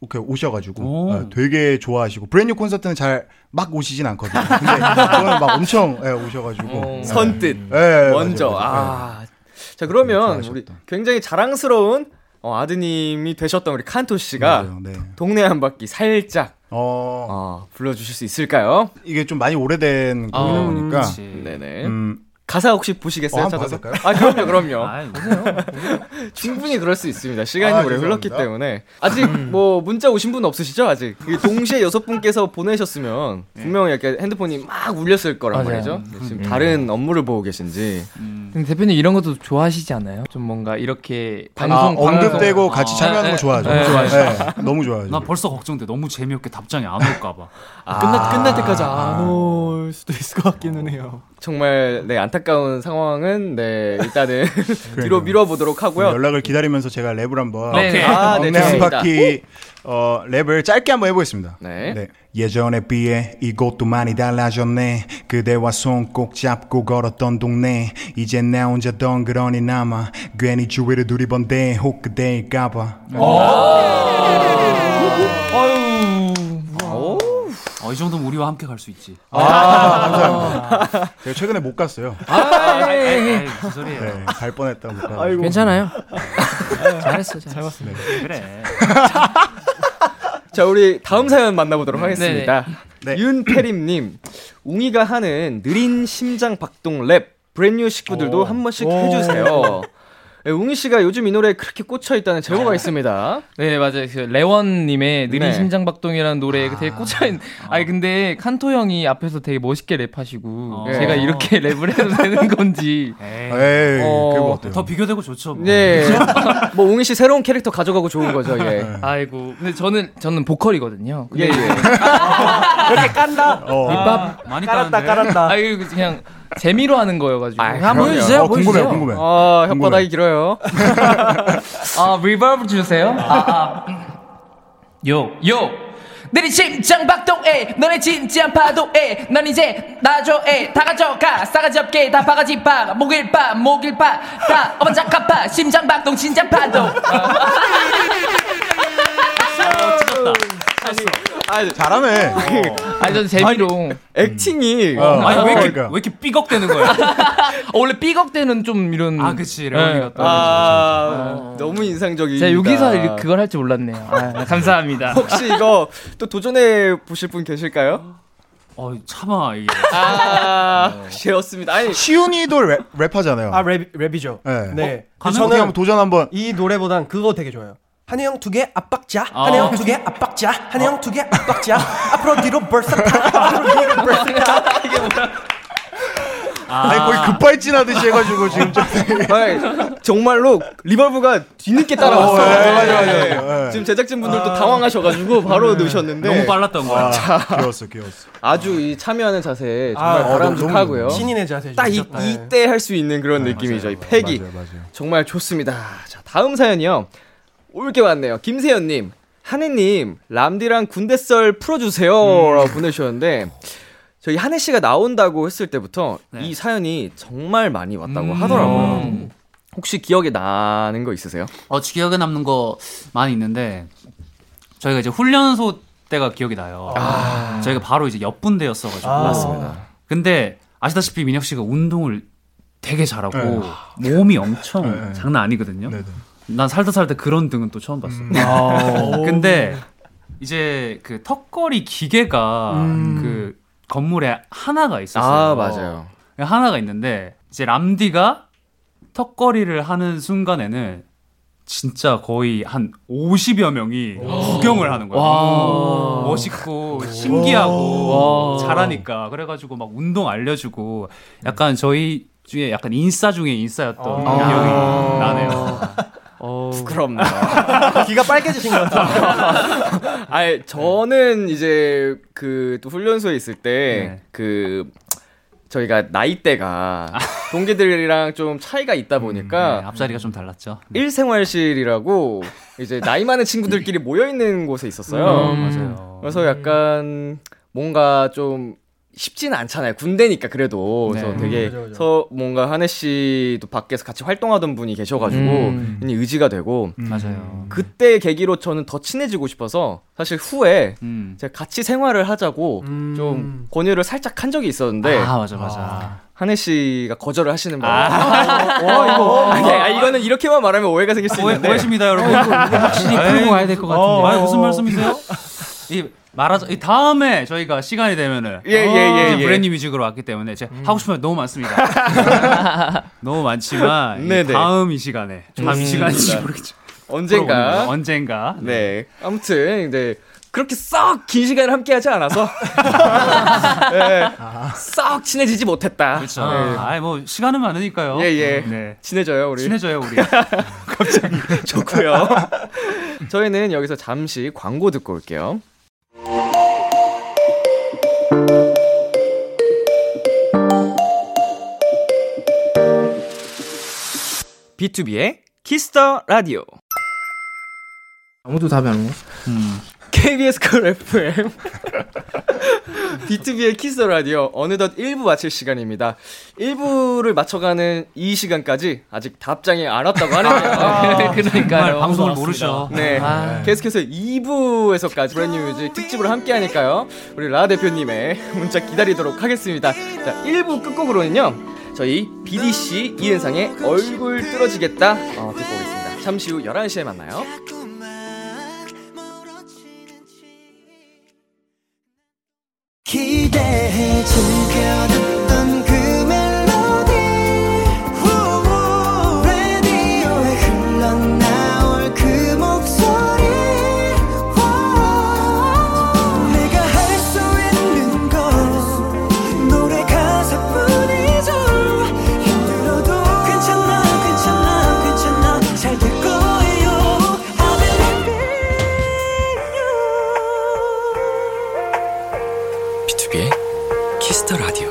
Speaker 7: 이렇게 오셔가지고 예, 되게 좋아하시고 브랜뉴 콘서트는 잘 막 오시진 않거든요. 근데 그거는 막 엄청 예, 오셔가지고
Speaker 2: 선뜻
Speaker 7: 예, 예,
Speaker 2: 먼저
Speaker 7: 맞아요, 네. 맞아요.
Speaker 2: 아. 자 그러면 우리 굉장히 자랑스러운 어, 아드님이 되셨던 우리 칸토 씨가 동네 한 바퀴 살짝
Speaker 7: 어...
Speaker 2: 불러주실 수 있을까요?
Speaker 7: 이게 좀 많이 오래된 곡이다 보니까
Speaker 2: 네네.
Speaker 7: 음.
Speaker 2: 아, 가사 혹시 보시겠어요?
Speaker 7: 어, 한번
Speaker 2: 찾아서?
Speaker 7: 봐볼까요?
Speaker 2: 아 그럼요, 그럼요.
Speaker 7: 아이,
Speaker 2: 충분히 그럴 수 있습니다. 시간이
Speaker 7: 아,
Speaker 2: 오래 흘렀기
Speaker 7: 죄송합니다.
Speaker 2: 때문에 아직 뭐 문자 오신 분 없으시죠? 아직 이게 동시에 여섯 분께서 보내셨으면 분명 이렇게 핸드폰이 막 울렸을 거란
Speaker 5: 맞아요.
Speaker 2: 말이죠. 지금
Speaker 5: 음.
Speaker 2: 다른 업무를 보고 계신지.
Speaker 5: 근데 대표님 이런 것도 좋아하시지 않아요? 좀 뭔가 이렇게 방송
Speaker 7: 아, 언급되고
Speaker 5: 방송-
Speaker 7: 같이
Speaker 5: 아,
Speaker 7: 참여하는
Speaker 5: 네,
Speaker 7: 거 좋아하죠.
Speaker 5: 네, 좋아하죠.
Speaker 7: 네, 너무 좋아하죠.
Speaker 4: 나 벌써 걱정돼. 너무 재미없게 답장이 안 올까봐.
Speaker 2: 아.
Speaker 4: 아.
Speaker 9: 끝날 끝날 때까지 안 올 수도 있을 것 같기는 해요.
Speaker 2: 정말 네 안타까운 상황은 네 일단은 뒤로 밀어보도록 하고요.
Speaker 7: 연락을 기다리면서 제가 랩을 한번
Speaker 2: 네, 네. 아, 네,
Speaker 7: 동네 한
Speaker 2: 좋습니다.
Speaker 7: 바퀴 어, 랩을 짧게 한번 해보겠습니다.
Speaker 2: 네.
Speaker 7: 예전에 비해 이곳도 많이 달라졌네. 그대와 손 꼭 잡고 걸었던 동네. 이제 나 혼자 덩그러니 남아 괜히 주위를 두리번데 혹 그대일까봐.
Speaker 4: 아유. 어, 이 정도면 우리와 함께 갈 수 있지.
Speaker 7: 아, 감사합니다. 제가 최근에 못 갔어요.
Speaker 4: 아이, 아이, 아이, 아이, 무슨 소리예요.
Speaker 7: 네, 갈 뻔했다. 못 가.
Speaker 9: 아이고.
Speaker 5: 괜찮아요.
Speaker 7: 네,
Speaker 6: 잘했어,
Speaker 9: 잘
Speaker 6: 잘했어.
Speaker 9: 봤습니다.
Speaker 4: 그래.
Speaker 2: 자, 우리 다음 사연 만나보도록 하겠습니다.
Speaker 7: 네.
Speaker 2: 윤태림님, 웅이가 하는 느린 심장 박동 랩, 브랜뉴 식구들도 한 번씩
Speaker 5: 오.
Speaker 2: 해주세요. 네, 웅이 씨가 요즘 이 노래에 그렇게 꽂혀 있다는 제보가 있습니다.
Speaker 5: 네 맞아요. 그 레원님의 느린
Speaker 2: 네.
Speaker 5: 심장박동이라는 노래에 그 되게 꽂혀있. 아니 근데 칸토 형이 앞에서 되게 멋있게 랩하시고
Speaker 4: 어.
Speaker 5: 제가 이렇게 랩을 해도 되는 건지.
Speaker 7: 에이, 그게 뭐 어때요?
Speaker 4: 더 비교되고 좋죠. 뭐.
Speaker 2: 네, 뭐 웅이 씨 새로운 캐릭터 가져가고 좋은 거죠. 예.
Speaker 5: 아이고. 근데 저는 저는 보컬이거든요.
Speaker 2: 예, 예.
Speaker 5: 이렇게 깐다.
Speaker 7: 어.
Speaker 5: 밑밥
Speaker 4: 많이
Speaker 5: 깔았다 깔았다. 아이 그냥 재미로 하는 거여가지고.
Speaker 2: 그럼요. 어, 궁금해요,
Speaker 7: 궁금해.
Speaker 2: 아, 혓바닥이 길어요.
Speaker 5: 아 리버브 주세요. 아, 아. 요. 요.
Speaker 13: 내리 심장 박동에 너네 진지한 파도에 난 이제 나줘에 다 가져가 싸가지 없게 다 바가지 빠 목일 빠 목일
Speaker 5: 아,
Speaker 13: 빠다 어반 작가빠 심장 박동 진짜 파도
Speaker 2: 아니,
Speaker 7: 잘하네.
Speaker 2: 어.
Speaker 5: 아니 어. 전 재미로 음.
Speaker 2: 액팅이
Speaker 4: 아니 왜 이렇게 왜 이렇게 삐걱대는 거야?
Speaker 5: 어, 원래 삐걱대는 좀 이런
Speaker 4: 아 그치
Speaker 5: 네.
Speaker 4: 레몬이 같다.
Speaker 2: 아, 너무 인상적인.
Speaker 5: 제가 여기서 이렇게 그걸 할 줄 몰랐네요. 아, 감사합니다.
Speaker 2: 혹시 이거 또 도전해 보실 분 계실까요?
Speaker 4: 어 참아 이게.
Speaker 2: 아, 쉬웠습니다. 아니
Speaker 7: 시훈이도 랩, 랩하잖아요.
Speaker 8: 아 랩, 랩이죠.
Speaker 7: 네.
Speaker 8: 네.
Speaker 7: 어, 저는 한번 도전 한번.
Speaker 8: 이 노래보단 그거 되게 좋아요. 한해 형두 개 압박자, 한해
Speaker 7: 어.
Speaker 8: 형두 개 압박자, 한해 형두 개 압박자. 앞으로 뒤로 벌싹 앞으로 뒤로 벌싹
Speaker 7: 아. 니 거의 급발진 하듯이 해가지고 지금 좀.
Speaker 2: 아니, 정말로 리버브가 뒤늦게 따라왔어요.
Speaker 7: 어, 예, 맞아, 맞아,
Speaker 2: 예.
Speaker 7: 맞아. 예.
Speaker 2: 지금 제작진 분들도 당황하셔가지고 바로
Speaker 9: 네.
Speaker 2: 넣으셨는데
Speaker 4: 너무 빨랐던
Speaker 7: 아,
Speaker 9: 아.
Speaker 4: 거야.
Speaker 7: 귀여웠어, 귀여웠어.
Speaker 2: 아주 이 참여하는 자세
Speaker 8: 아,
Speaker 2: 정말
Speaker 8: 어,
Speaker 2: 바람직하고요.
Speaker 8: 너무 신인의 자세 네.
Speaker 2: 딱 이,
Speaker 8: 진짜.
Speaker 2: 이때 할 수 있는 그런
Speaker 8: 네,
Speaker 2: 느낌이죠. 이 패기 정말 좋습니다. 자 다음 사연이요. 올게 왔네요. 김세연님, 한혜님, 람디랑 군대 썰 풀어주세요라고
Speaker 8: 음.
Speaker 2: 보내주셨는데. 저희 한혜 씨가 나온다고 했을 때부터
Speaker 8: 네.
Speaker 2: 이 사연이 정말 많이 왔다고
Speaker 8: 음.
Speaker 2: 하더라고요. 혹시 기억에 나는 거 있으세요?
Speaker 4: 어 기억에 남는 거 많이 있는데 저희가 이제 훈련소 때가 기억이 나요. 저희가 바로 이제 옆 분대였어가지고.
Speaker 2: 아. 맞습니다.
Speaker 4: 근데 아시다시피 민혁 씨가 운동을 되게 잘하고
Speaker 2: 네.
Speaker 4: 몸이 엄청 장난 아니거든요. 난 살다 살다 그런 등은 또 처음 봤어요.
Speaker 5: 아.
Speaker 4: 근데 이제 그 턱걸이 기계가
Speaker 2: 음.
Speaker 4: 그 건물에 하나가 있었어요.
Speaker 2: 아, 맞아요.
Speaker 4: 하나가 있는데 이제 람디가 턱걸이를 하는 순간에는 진짜 거의 한 50여 명이 구경을 하는 거예요.
Speaker 5: 와.
Speaker 4: 멋있고 신기하고
Speaker 5: 와.
Speaker 4: 잘하니까 그래가지고 막 운동 알려주고 약간 저희 중에 약간 인싸 중에 인싸였던 기억이 나네요.
Speaker 2: 아. 부끄럽네요.
Speaker 8: 귀가 빨개지신 것 같아요.
Speaker 2: 아니 저는 이제 그 또 훈련소에 있을
Speaker 4: 네.
Speaker 2: 때 그 저희가 나이대가 동기들이랑 좀 차이가 있다 보니까
Speaker 4: 아. 네, 앞자리가 좀 달랐죠. 네.
Speaker 2: 일생활실이라고 이제 나이 많은 친구들끼리 모여 있는 곳에 있었어요.
Speaker 4: 음, 맞아요.
Speaker 2: 그래서 약간 뭔가 좀 쉽지는 않잖아요. 군대니까 그래도 그래서
Speaker 4: 네.
Speaker 2: 되게
Speaker 8: 음, 맞아, 맞아.
Speaker 2: 서 뭔가 한혜 씨도 밖에서 같이 활동하던 분이 계셔가지고
Speaker 5: 음.
Speaker 2: 괜히 의지가 되고
Speaker 4: 맞아요.
Speaker 2: 그때 계기로 저는 더 친해지고 싶어서 사실 후에
Speaker 4: 음.
Speaker 2: 제가 같이 생활을 하자고 좀 권유를 살짝 한 적이 있었는데
Speaker 4: 아 맞아 아. 맞아.
Speaker 2: 한혜 씨가 거절을 아, 어, 하시는 거예요.
Speaker 8: 와
Speaker 4: 어.
Speaker 8: 이거
Speaker 2: 아니, 아, 이거는 이렇게만 말하면 오해가 생길 수
Speaker 4: 오해,
Speaker 2: 있는데
Speaker 4: 오해십니다 어, 여러분.
Speaker 2: 어,
Speaker 4: 네. 확실히
Speaker 6: 풀고 가야 될 것 같은데.
Speaker 4: 아니 무슨 말씀이세요? 이 말하자 이 다음에 저희가 시간이 되면은
Speaker 2: 예, 예, 예,
Speaker 4: 이제
Speaker 2: 예. 음.
Speaker 4: 브랜드 뮤직으로 왔기 때문에 제가 하고 싶은 말 너무 많습니다. 너무 많지만 이
Speaker 2: 네네. 네.
Speaker 4: 다음 이 시간에 다음 이 시간인지 모르겠죠.
Speaker 2: 언젠가
Speaker 4: 언젠가
Speaker 2: 네 아무튼 이제 그렇게 썩 긴 시간을 함께하지 않아서 네,
Speaker 4: 아.
Speaker 2: 썩 친해지지 못했다. 네.
Speaker 4: 그렇죠. 아이 뭐 시간은 많으니까요.
Speaker 2: 예예
Speaker 4: 네.
Speaker 2: 친해져요 우리.
Speaker 4: 친해져요 우리.
Speaker 2: 좋고요. 저희는 여기서 잠시 광고 듣고 올게요. 비투비의 키스터 라디오
Speaker 6: 아무도 답이 안 오고.
Speaker 5: 음,
Speaker 2: KBS 콜 FM B2B의 키스 라디오 어느덧 1부 마칠 시간입니다. 1부를 맞춰가는 이 시간까지 아직 답장이 안 왔다고 하네요.
Speaker 4: 정말
Speaker 5: 아, 그러니까요. 아.
Speaker 4: 방송을 모르셔.
Speaker 2: 네. 계속해서 2부에서까지 브랜뉴 뮤직 특집으로 함께 하니까요. 우리 라 대표님의 문자 기다리도록 하겠습니다. 자, 1부 끝곡으로는요. 저희 BDC 이은상의 얼굴 뚫어지겠다 어, 듣고 오겠습니다. 잠시 후 11시에 만나요.
Speaker 11: 기대해 즐겨 듣던 그 멜로디 후, 라디오에 흘러나올 그 목소리 와, 내가 할 수 있는 건 노래 가사뿐이죠 힘들어도 괜찮아 괜찮아 괜찮아 잘 될 거예요 I'm in love with you
Speaker 1: B2B의 키스터 라디오.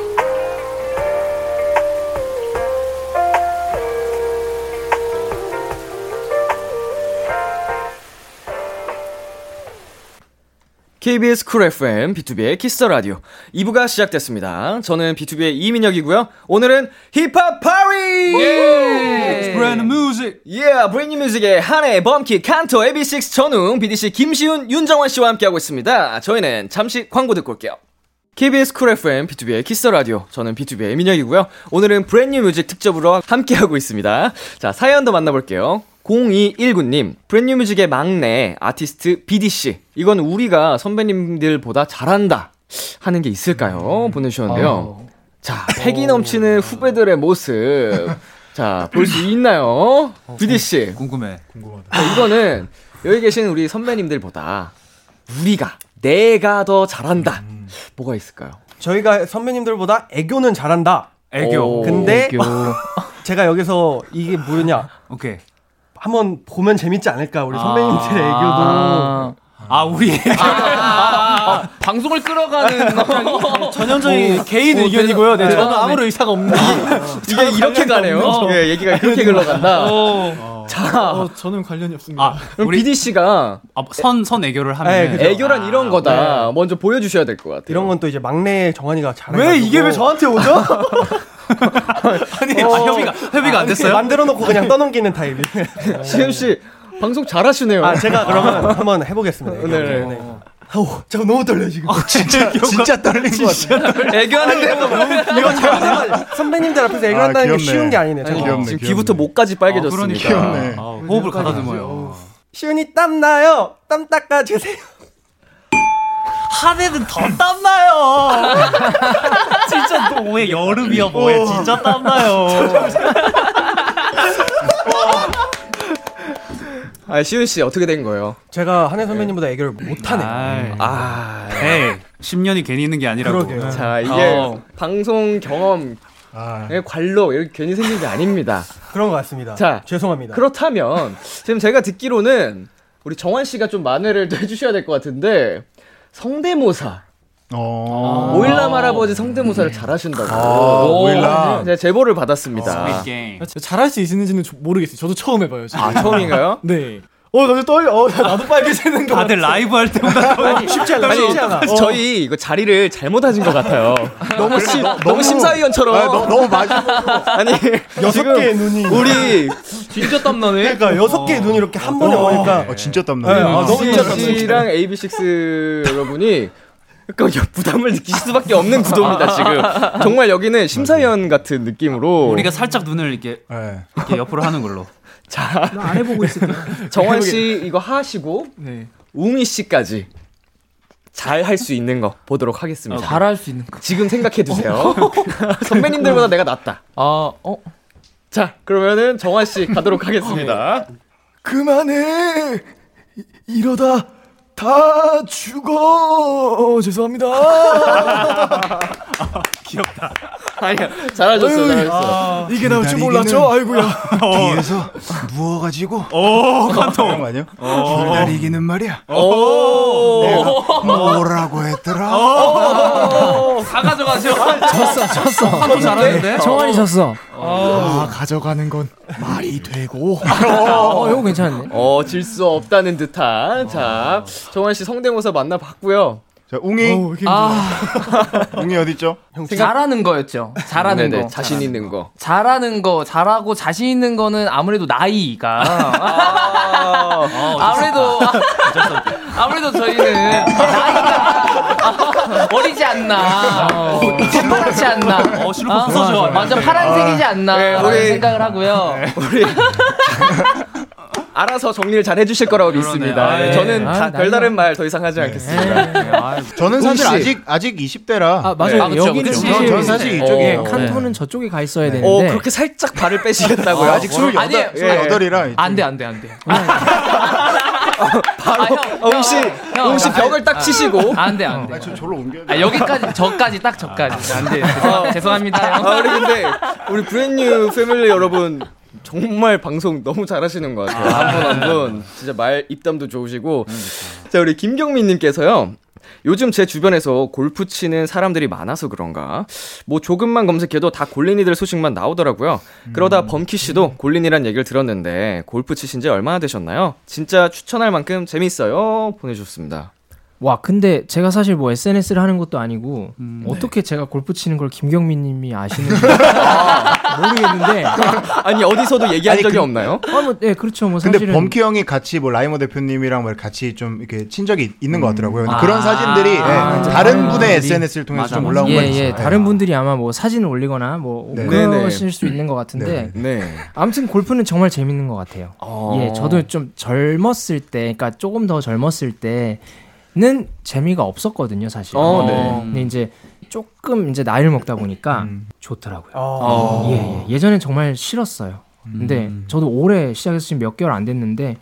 Speaker 2: KBS 쿨 FM B2B의 키스터 라디오 2부가 시작됐습니다. 저는 B2B의 이민혁이고요. 오늘은 힙합 파리!
Speaker 4: 예! Brand new music.
Speaker 2: Yeah, brand new music의 한해 범키 칸토 AB6 전웅 BDC 김시훈 윤정원 씨와 함께하고 있습니다. 저희는 잠시 광고 듣고 올게요. KBS 쿨 FM B2B의 키스터 라디오. 저는 B2B의 민혁이고요. 오늘은 브랜뉴 뮤직 특집으로 함께하고 있습니다. 자, 사연도 만나볼게요. 0219님, 브랜뉴 뮤직의 막내 아티스트 BDC. 이건 우리가 선배님들보다 잘한다. 하는 게
Speaker 4: 음.
Speaker 2: 있을까요? 보내주셨는데요. 자, 패기 넘치는 후배들의 모습. 자, 볼 수 있나요? BDC.
Speaker 4: 어, 궁금해.
Speaker 2: 궁금하다. 이거는 여기 계신 우리 선배님들보다 우리가, 내가 더 잘한다. 뭐가 있을까요?
Speaker 8: 저희가 선배님들보다 애교는 잘한다.
Speaker 2: 애교.
Speaker 8: 근데
Speaker 2: 애교.
Speaker 6: 아,
Speaker 8: 제가 여기서 이게 뭐냐?
Speaker 4: 오케이.
Speaker 8: 한번 보면 재밌지 않을까 우리 선배님들의
Speaker 4: 아.
Speaker 8: 애교도.
Speaker 4: 아 우리
Speaker 2: 아,
Speaker 5: 방송을 끌어가는
Speaker 9: 전형적인
Speaker 4: 어,
Speaker 9: 개인 의견이고요. 네, 저는 아무런 의사가 없는.
Speaker 2: 이게 이렇게 가네요.
Speaker 9: 없는
Speaker 2: 예, 얘기가
Speaker 4: 어.
Speaker 2: 이렇게 흘러간다. 자,
Speaker 9: 어, 저는 관련이 없습니다. 네,
Speaker 2: 그럼 BD 씨가
Speaker 4: 아, 선, 선 애교를 하면.
Speaker 8: 네,
Speaker 4: 아, 네.
Speaker 2: 애교란 이런 거다. 먼저 보여주셔야 될 것 같아요.
Speaker 8: 아, 이런 건 또 이제 막내 정한이가 잘해.
Speaker 9: 왜 이게 왜 저한테 오죠?
Speaker 4: 아니, 아, 협의가, 협의가 안 됐어요?
Speaker 8: 어. 만들어 놓고 그냥 떠넘기는 타입이.
Speaker 2: 시현 씨 방송 잘하시네요.
Speaker 8: 아 제가 그러면 한번 해보겠습니다. 애교.
Speaker 2: 네.
Speaker 8: 오, 잠깐 너무 떨려 지금.
Speaker 9: 진짜 진짜 떨린 것 같아.
Speaker 2: 애교하는데
Speaker 8: 이거 잘하면 선배님들 앞에서 애교
Speaker 7: 아,
Speaker 8: 한다는 게
Speaker 7: 귀엽네.
Speaker 8: 쉬운 게 아니네.
Speaker 7: 아니,
Speaker 8: 저거.
Speaker 7: 귀엽네,
Speaker 2: 지금
Speaker 7: 귀엽네.
Speaker 2: 귀부터 목까지
Speaker 4: 그러니까.
Speaker 2: 빨개졌습니다.
Speaker 7: 귀엽네.
Speaker 4: 아, 호흡을 가다듬어요.
Speaker 8: 시윤이 땀 나요. 땀 닦아 주세요.
Speaker 4: 한해는 더 땀나요. 진짜 너왜 여름이야 뭐야 진짜 땀나요.
Speaker 2: 아 시윤 씨 어떻게 된 거예요?
Speaker 8: 제가 한혜 선배님보다 애교를 못하네.
Speaker 2: 아,
Speaker 4: 에이 10년이 괜히 있는 게 아니라고.
Speaker 8: 그러게요.
Speaker 2: 자 이게
Speaker 4: 어.
Speaker 2: 방송 경험의 예,
Speaker 7: 아,
Speaker 2: 관로 이렇게 괜히 생긴 게 아닙니다.
Speaker 8: 그런 것 같습니다.
Speaker 2: 자,
Speaker 8: 죄송합니다.
Speaker 2: 그렇다면 지금 제가 듣기로는 우리 정환 씨가 좀 만회를 또 해주셔야 될 것 같은데 성대모사
Speaker 5: 아.
Speaker 7: 어.
Speaker 2: 오일남 할아버지 성대모사를 잘하신다고
Speaker 7: 아, 오일남.
Speaker 2: 제가 제보를 받았습니다.
Speaker 4: 스윗 게임.
Speaker 9: 잘할 수 있는지는 저- 모르겠어요. 저도 처음 해봐요. 지금.
Speaker 2: 아 처음인가요?
Speaker 9: 네. 어, 나도 떨려. 어, 나- 나도 빨개지는 거.
Speaker 4: 다들 라이브 할 때보다 더
Speaker 8: 쉽지 않아. 쉽지 않아.
Speaker 2: 아니, 어. 저희 이거 자리를 잘못하신 것 같아요. 너무 심, 너무 심사위원처럼
Speaker 7: 아, 너, 너무 마지막.
Speaker 2: 아니
Speaker 8: 여섯 개의 눈이.
Speaker 2: 우리
Speaker 5: 진짜 땀나네.
Speaker 8: 그러니까 여섯 개의 눈이 이렇게 한 번에 오니까
Speaker 7: 어, 진짜 땀나네.
Speaker 8: 네, 아, 너무
Speaker 2: 씨랑 AB6 여러분이 그러니까 부담을 느끼실 수밖에 없는 구도입니다 지금 정말 여기는 심사위원 같은
Speaker 9: 어.
Speaker 2: 느낌으로
Speaker 4: 우리가 살짝 눈을 이렇게,
Speaker 7: 네.
Speaker 4: 이렇게 옆으로 하는 걸로.
Speaker 8: 아,
Speaker 2: 자
Speaker 6: 나 안 해보고 있을게.
Speaker 2: 정환 씨 이거 하시고
Speaker 9: 네.
Speaker 2: 웅이 씨까지 잘 할 수 있는 거 보도록 하겠습니다.
Speaker 5: 잘할 수 있는 거. 어,
Speaker 2: 지금 생각해 두세요. 선배님들보다 내가 낫다.
Speaker 5: 아, 어?
Speaker 2: 자, 그러면은 정환 씨 가도록
Speaker 7: 어,
Speaker 2: 하겠습니다.
Speaker 7: 네.
Speaker 9: 그만해. 이- 이러다 다 죽어. 어, 죄송합니다.
Speaker 2: 아니야, 잘하셨어요, 잘하셨어요.
Speaker 7: 아,
Speaker 9: 이게 나올 줄 몰랐죠? 아이고야. 어,
Speaker 7: 뒤에서 어. 누워가지고. 오, 간통. 그런 거 아니야? 기다리기는 말이야. 내가 뭐라고 했더라?
Speaker 9: 어.
Speaker 5: 다 가져가세요. 졌어, 졌어. 한번 잘하는데?
Speaker 6: 정환이 졌어.
Speaker 9: 아, 가져가는 건 말이 되고.
Speaker 6: 어, 이거 괜찮네.
Speaker 2: 어, 질 수 없다는 듯한. 자, 정환 씨 성대모사 만나봤고요.
Speaker 7: 자, 웅이.
Speaker 5: 아,
Speaker 7: 웅이 어딨죠?
Speaker 5: 잘하는 거였죠. 잘하는
Speaker 2: 네네,
Speaker 5: 거.
Speaker 2: 자신 있는 거.
Speaker 5: 잘하는 거, 잘하고 자신 있는 거는 아무래도 나이가. 아. 아무래도 아무래도 저희는 나이가 어리지 않나, 새파랗지 않나.
Speaker 4: 어, 실로폰 부서져.
Speaker 5: 완전 파란색이지 않나
Speaker 2: 네,
Speaker 5: 라는
Speaker 2: 우리-
Speaker 5: 생각을 하고요.
Speaker 2: 우리 알아서 정리를 잘 해주실 거라고
Speaker 4: 그러네.
Speaker 2: 믿습니다.
Speaker 4: 아, 네.
Speaker 2: 예,
Speaker 4: 예.
Speaker 2: 저는
Speaker 6: 아,
Speaker 2: 다-
Speaker 6: 나이가-
Speaker 2: 별다른 말 더 이상 하지 않겠습니다.
Speaker 4: 아,
Speaker 7: 저는 사실
Speaker 2: 웅씨.
Speaker 7: 아직, 아직 20대라.
Speaker 6: 아
Speaker 2: 네.
Speaker 6: 맞아요.
Speaker 5: 아, 그쵸,
Speaker 6: 여기는
Speaker 5: 그쵸.
Speaker 6: 사실
Speaker 7: 저는 사실 이쪽이에요.
Speaker 6: 예, 칸토는 저쪽에 가 있어야 되는데.
Speaker 2: 오, 네. 그렇게 살짝 발을 빼시겠다고요?
Speaker 7: 아직 예, 28,
Speaker 5: 아니에요.
Speaker 7: 28이라.
Speaker 5: 안돼 안돼 안돼.
Speaker 2: 음.
Speaker 6: 아,
Speaker 2: 바로
Speaker 5: 아, 형,
Speaker 2: 아, 웅씨
Speaker 5: 형, 형. 아,
Speaker 2: 웅씨
Speaker 6: 아,
Speaker 2: 벽을 딱 치시고
Speaker 5: 안돼 안돼.
Speaker 7: 저, 저로 옮겨야 돼.
Speaker 5: 아, 여기까지 저까지 딱 저까지 안돼 죄송합니다
Speaker 2: 아
Speaker 5: 형.
Speaker 2: 우리 근데 우리 브랜뉴 패밀리 여러분 정말 방송 너무 잘하시는 것 같아요 한 분 한 분 진짜 말 입담도 좋으시고
Speaker 6: 음,
Speaker 2: 자 우리 김경민님께서요 요즘 제 주변에서 골프 치는 사람들이 많아서 그런가 뭐 조금만 검색해도 다 골린이들 소식만 나오더라고요 그러다
Speaker 6: 음.
Speaker 2: 범키 씨도 골린이란 얘기를 들었는데 골프 치신 지 얼마나 되셨나요? 진짜 추천할 만큼 재밌어요 보내주셨습니다
Speaker 6: 와 근데 제가 사실 뭐 SNS를 하는 것도 아니고
Speaker 7: 음, 네.
Speaker 6: 어떻게 제가 골프 치는 걸 김경민님이 아시는지 모르겠는데
Speaker 2: 아니 어디서도 얘기한
Speaker 6: 아니,
Speaker 2: 적이
Speaker 6: 그-
Speaker 2: 없나요?
Speaker 6: 아, 뭐, 네, 그렇죠. 뭐
Speaker 7: 근데
Speaker 6: 사실은
Speaker 7: 범키 형이 같이 뭐 라이머 대표님이랑 뭐 같이 좀 이렇게 친적이 있는 것 같더라고요. 근데 그런
Speaker 6: 아,
Speaker 7: 사진들이 예,
Speaker 6: 아, 이제
Speaker 7: 다른 분의
Speaker 6: 분들이-
Speaker 7: SNS를 통해서
Speaker 6: 맞아,
Speaker 7: 좀
Speaker 6: 맞아.
Speaker 7: 올라온
Speaker 6: 예,
Speaker 7: 거 있어요.
Speaker 6: 예, 다른 분들이 아마 뭐 사진을 올리거나 뭐
Speaker 7: 네.
Speaker 6: 그러실
Speaker 7: 네네.
Speaker 6: 수 있는 것 같은데
Speaker 2: 네.
Speaker 6: 아무튼 골프는 정말 재밌는 것 같아요.
Speaker 2: 어.
Speaker 6: 예, 저도 좀 젊었을 때, 그러니까 조금 더 젊었을 때는 재미가 없었거든요, 사실.
Speaker 2: 어, 네.
Speaker 6: 근데 이제 조금 이제 나이를 먹다 보니까
Speaker 2: 음.
Speaker 6: 좋더라고요.
Speaker 2: 어.
Speaker 6: 예, 예. 예전엔 정말 싫었어요. 근데
Speaker 2: 음.
Speaker 6: 저도 올해 시작해서 지금 몇 개월 안 됐는데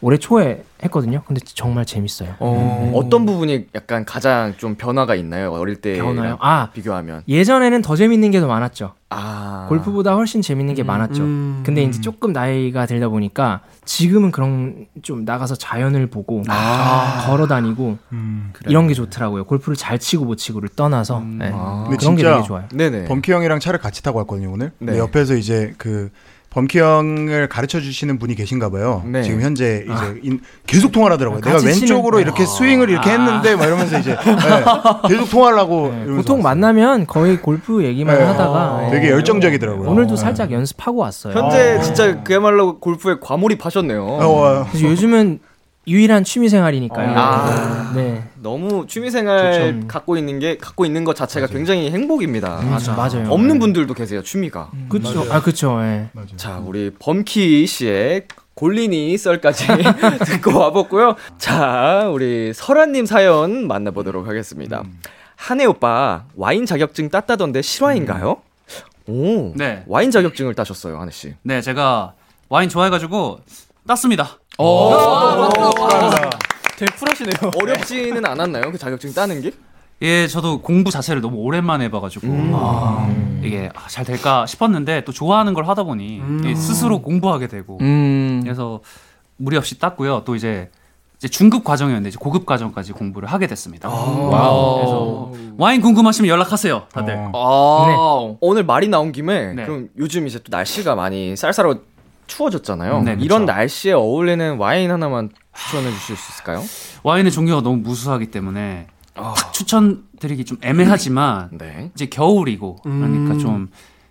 Speaker 6: 올해 초에 했거든요. 근데 정말 재밌어요.
Speaker 2: 어,
Speaker 6: 네.
Speaker 2: 어떤 부분이 약간 가장 좀 변화가 있나요? 어릴 때
Speaker 6: 변화요? 아.
Speaker 2: 비교하면
Speaker 6: 예전에는 더 재밌는 게 더 많았죠.
Speaker 2: 아.
Speaker 6: 골프보다 훨씬 재밌는 게 많았죠. 근데 이제 조금 나이가 들다 보니까 지금은 그런 좀 나가서 자연을 보고 걸어 다니고
Speaker 7: 그
Speaker 1: 음.
Speaker 6: 이런 게 좋더라고요. 골프를 잘 치고 못 치고를 떠나서
Speaker 7: 근데
Speaker 6: 네. 그런 게
Speaker 7: 진짜
Speaker 6: 되게 좋아요.
Speaker 7: 범키 형이랑 차를 같이 타고 왔거든요 오늘.
Speaker 6: 네.
Speaker 7: 근데 옆에서 이제 그 범키 형을 가르쳐 주시는 분이 계신가 봐요.
Speaker 2: 네.
Speaker 7: 지금 현재 이제
Speaker 2: 아.
Speaker 7: 인- 계속 통화를 하더라고요.
Speaker 2: 같이
Speaker 7: 내가
Speaker 2: 치는-
Speaker 7: 왼쪽으로 이렇게
Speaker 2: 아.
Speaker 7: 스윙을 이렇게 했는데 막 이러면서 이제 예, 계속 통화하려고
Speaker 6: 네. 보통 만나면 거의 골프 얘기만
Speaker 7: 네.
Speaker 6: 하다가
Speaker 7: 되게
Speaker 6: 예.
Speaker 7: 열정적이더라고요. 어.
Speaker 6: 오늘도 살짝 연습하고 왔어요. 어.
Speaker 2: 현재 진짜 그야말로 골프에 과몰입하셨네요.
Speaker 7: 어,
Speaker 4: 어,
Speaker 6: 그래서 요즘은 유일한 취미 생활이니까요.
Speaker 2: 아.
Speaker 6: 네.
Speaker 2: 너무 취미생활
Speaker 6: 좋죠.
Speaker 2: 갖고 있는 게 갖고 있는 것 자체가 굉장히 행복입니다.
Speaker 6: 음, 맞아. 맞아요.
Speaker 2: 없는 분들도 계세요 취미가.
Speaker 6: 그쵸. 맞아요. 아, 그쵸. 예.
Speaker 2: 자 우리 범키 씨의 골린이 썰까지 듣고 와봤고요. 자 우리 설아님 사연 만나보도록 하겠습니다.
Speaker 4: 음.
Speaker 2: 한혜 오빠 와인 자격증 땄다던데 실화인가요? 오.
Speaker 4: 네.
Speaker 2: 와인 자격증을 따셨어요 한혜 씨.
Speaker 4: 네, 제가 와인 좋아해가지고 어, 땄습니다.
Speaker 2: 될 풀하시네요. 어렵지는 않았나요? 그 자격증 따는 게?
Speaker 4: 예, 저도 공부 자체를 너무 오랜만에 해봐가지고
Speaker 2: 음.
Speaker 4: 아, 이게 아, 잘 될까 싶었는데 또 좋아하는 걸 하다 보니
Speaker 2: 음.
Speaker 4: 예, 스스로 공부하게 되고 그래서 무리 없이 땄고요. 또 이제 이제 중급 과정이었는데 이제 고급 과정까지 공부를 하게 됐습니다.
Speaker 2: 아. 와우.
Speaker 4: 그래서 와인 궁금하시면 연락하세요, 다들.
Speaker 2: 아, 오늘 말이 나온 김에
Speaker 4: 네.
Speaker 2: 그럼 요즘 이제 또 날씨가 많이 쌀쌀하고 추워졌잖아요.
Speaker 4: 네, 그쵸.
Speaker 2: 이런 날씨에 어울리는 와인 하나만 추천해 주실 수 있을까요?
Speaker 4: 와인의 종류가 너무 무수하기 때문에
Speaker 2: 아.
Speaker 4: 딱 추천드리기 좀 애매하지만
Speaker 2: 네.
Speaker 4: 이제 겨울이고 그러니까
Speaker 2: 음.
Speaker 4: 좀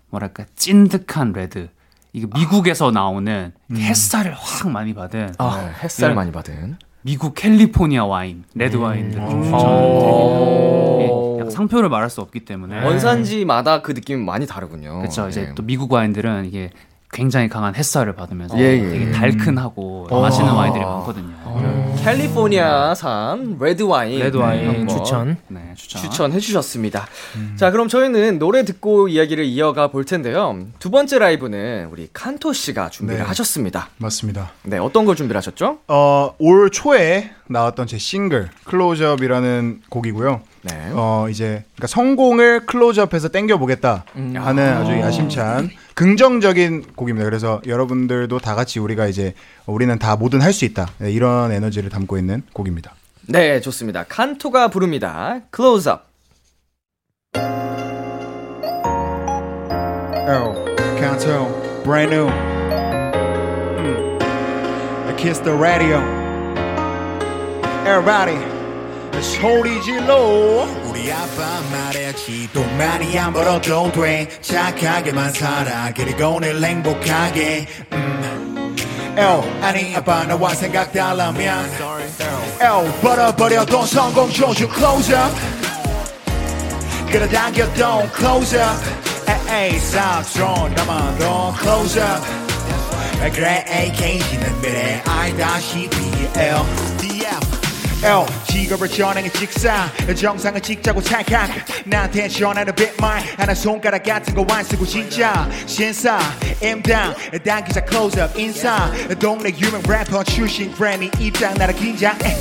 Speaker 4: 뭐랄까 찐득한 레드 이게 미국에서 나오는 햇살을 확 많이 받은
Speaker 2: 음. 아,
Speaker 4: 네.
Speaker 2: 햇살
Speaker 4: 이런
Speaker 2: 많이 받은.
Speaker 4: 미국 캘리포니아 와인 레드
Speaker 2: 음.
Speaker 4: 와인들을 좀
Speaker 2: 아.
Speaker 4: 추천드립니다. 예, 약간 상표를 말할 수 없기 때문에
Speaker 2: 네. 원산지마다 그 느낌이 많이 다르군요.
Speaker 4: 그렇죠. 이제
Speaker 2: 예.
Speaker 4: 또 미국 와인들은 이게 굉장히 강한 햇살을 받으면서
Speaker 2: 예, 예.
Speaker 4: 되게 달큰하고
Speaker 2: 음.
Speaker 4: 맛있는
Speaker 2: 아.
Speaker 4: 와인들이 많거든요.
Speaker 2: 캘리포니아산 레드 와인
Speaker 4: 네. 레드 와인
Speaker 2: 한번
Speaker 4: 추천. 네, 추천. 음.
Speaker 2: 추천해 주셨습니다. 자, 그럼 저희는 노래 듣고 이야기를 이어가 볼 텐데요. 두 번째 라이브는 우리 칸토 씨가 준비를
Speaker 7: 네.
Speaker 2: 하셨습니다.
Speaker 7: 맞습니다.
Speaker 2: 네, 어떤 걸 준비를 하셨죠?
Speaker 7: 어, 올 초에 나왔던 제 싱글 클로즈업이라는 곡이고요.
Speaker 2: 네.
Speaker 7: 어, 이제 그러니까 성공을 클로즈업해서 땡겨 보겠다 하는
Speaker 2: 아.
Speaker 7: 아주 야심찬 긍정적인 곡입니다. 그래서 여러분들도 다 같이 우리가 이제 우리는 다 뭐든 할 수 있다. 네, 이런 에너지를 담고 있는 곡입니다.
Speaker 2: 네, 좋습니다. 칸토가 부릅니다. Close Up.
Speaker 7: Oh, Canto, brand new.
Speaker 12: Hmm.
Speaker 7: Mm. I kiss the radio. Everybody, 소리 질러.
Speaker 12: 우리 아빠 말했지 돈 많이 안 벌어도 돼 착하게만 살아 그리고 늘 행복하게 음. L 아니 아빠 나와 생각 달라면 L 벌어버려도 성공 조주 close up 끌어당겨도 close up 에이 쌉스러운 나만도 close up 그래 에이 케이지는 미래 I E 다시 PL DF L 직업을 전행의 직사 정상을 찍자고 착각 나한테 전하는 빗말 하나 손가락 같은 거 안 쓰고 진짜 신사 임당 당기자 클로즈업 인사 동네 유명 래퍼 출신 그래미 입장 나라 긴장 에.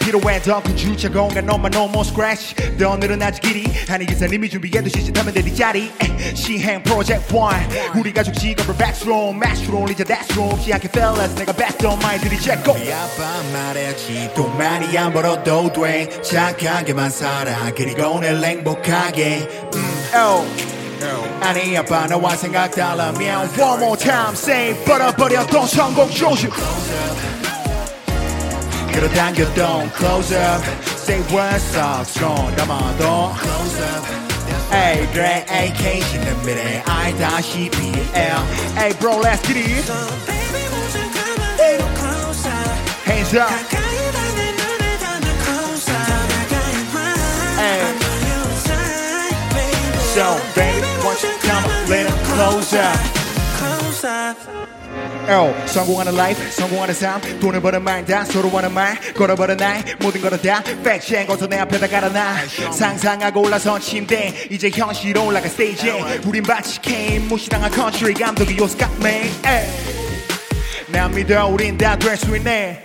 Speaker 12: 필요해 더큰 주차 공간 너만 no more scratch 더 늘은 아직 길이 하는 기사님이 준비해도 시작하면 되니 짜리 에. 시행 프로젝트 1 우리 가족 직업을 backroom matchroom 이제 that's room 시작해 fellas 내가 backdoor 마이들이 제고 우리 아빠 말했지 돈 많이 안 벌어도 돼 착하게만 살아 그리고 늘 행복하게 음, oh. 아니 아빠 나와 생각 달라면 One more time say 벌어버렸던 성공 조슈 그러당겨 don't close up say what's up strong come on don't close up Hey, great AK in the middle. I dash BL. Hey, bro, let's get it. Hands up. Hey. So, baby, won't you come a little closer? Oh,
Speaker 7: L
Speaker 12: 성공하는 라이프 성공하는 삶 돈을 버는 말다 서로 하는 말 걸어버린 날 모든 거를 다 팩트한 것도 내 앞에다 깔아놔 상상하고 올라선 침대 이제 현실로 올라가 스테이지에 우린 마치 게임 무시당한 컨트리 감독이 오스카맨 난 믿어 우린 다 될 수 있네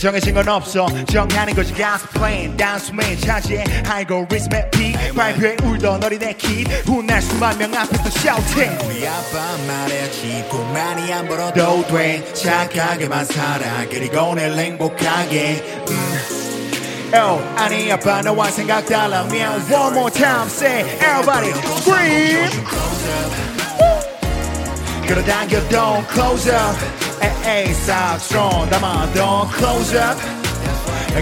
Speaker 12: 정해진 건 없어 정하는 것이 가스 플랜 단숨에 차지해 알고리즘의 피 발표에 울던 어린애 킷 훗날 수만 명 앞에 또 샤우팅
Speaker 7: 우리 아빠 말했지 돈만이 안
Speaker 12: 너도 돼 착하게만 살아 그리고 늘 행복하게 음. Oh, 아니 아빠 너와 생각 달라 미안 One more time say everybody scream 그러다 겨 don't close up 에이 stop strong 담아 don't close up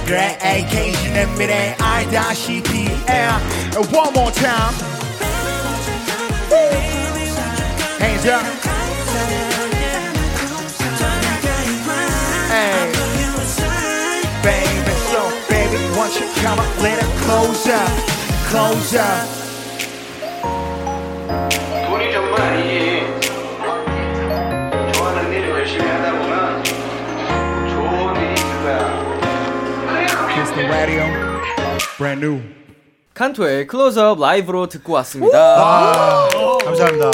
Speaker 12: 그래 AK 신의 미래 I 다시 BL One more time Hands up Hey. Baby, so baby, once you come up, let it close up, close up.
Speaker 14: 돈이 전부 아니지. 좋아하는 일을 열심히 하다 보면 좋은 일이 있을 거야.
Speaker 12: Kiss the radio, brand new.
Speaker 2: 칸토의 클로즈업 라이브로 듣고 왔습니다.
Speaker 7: 와, 감사합니다.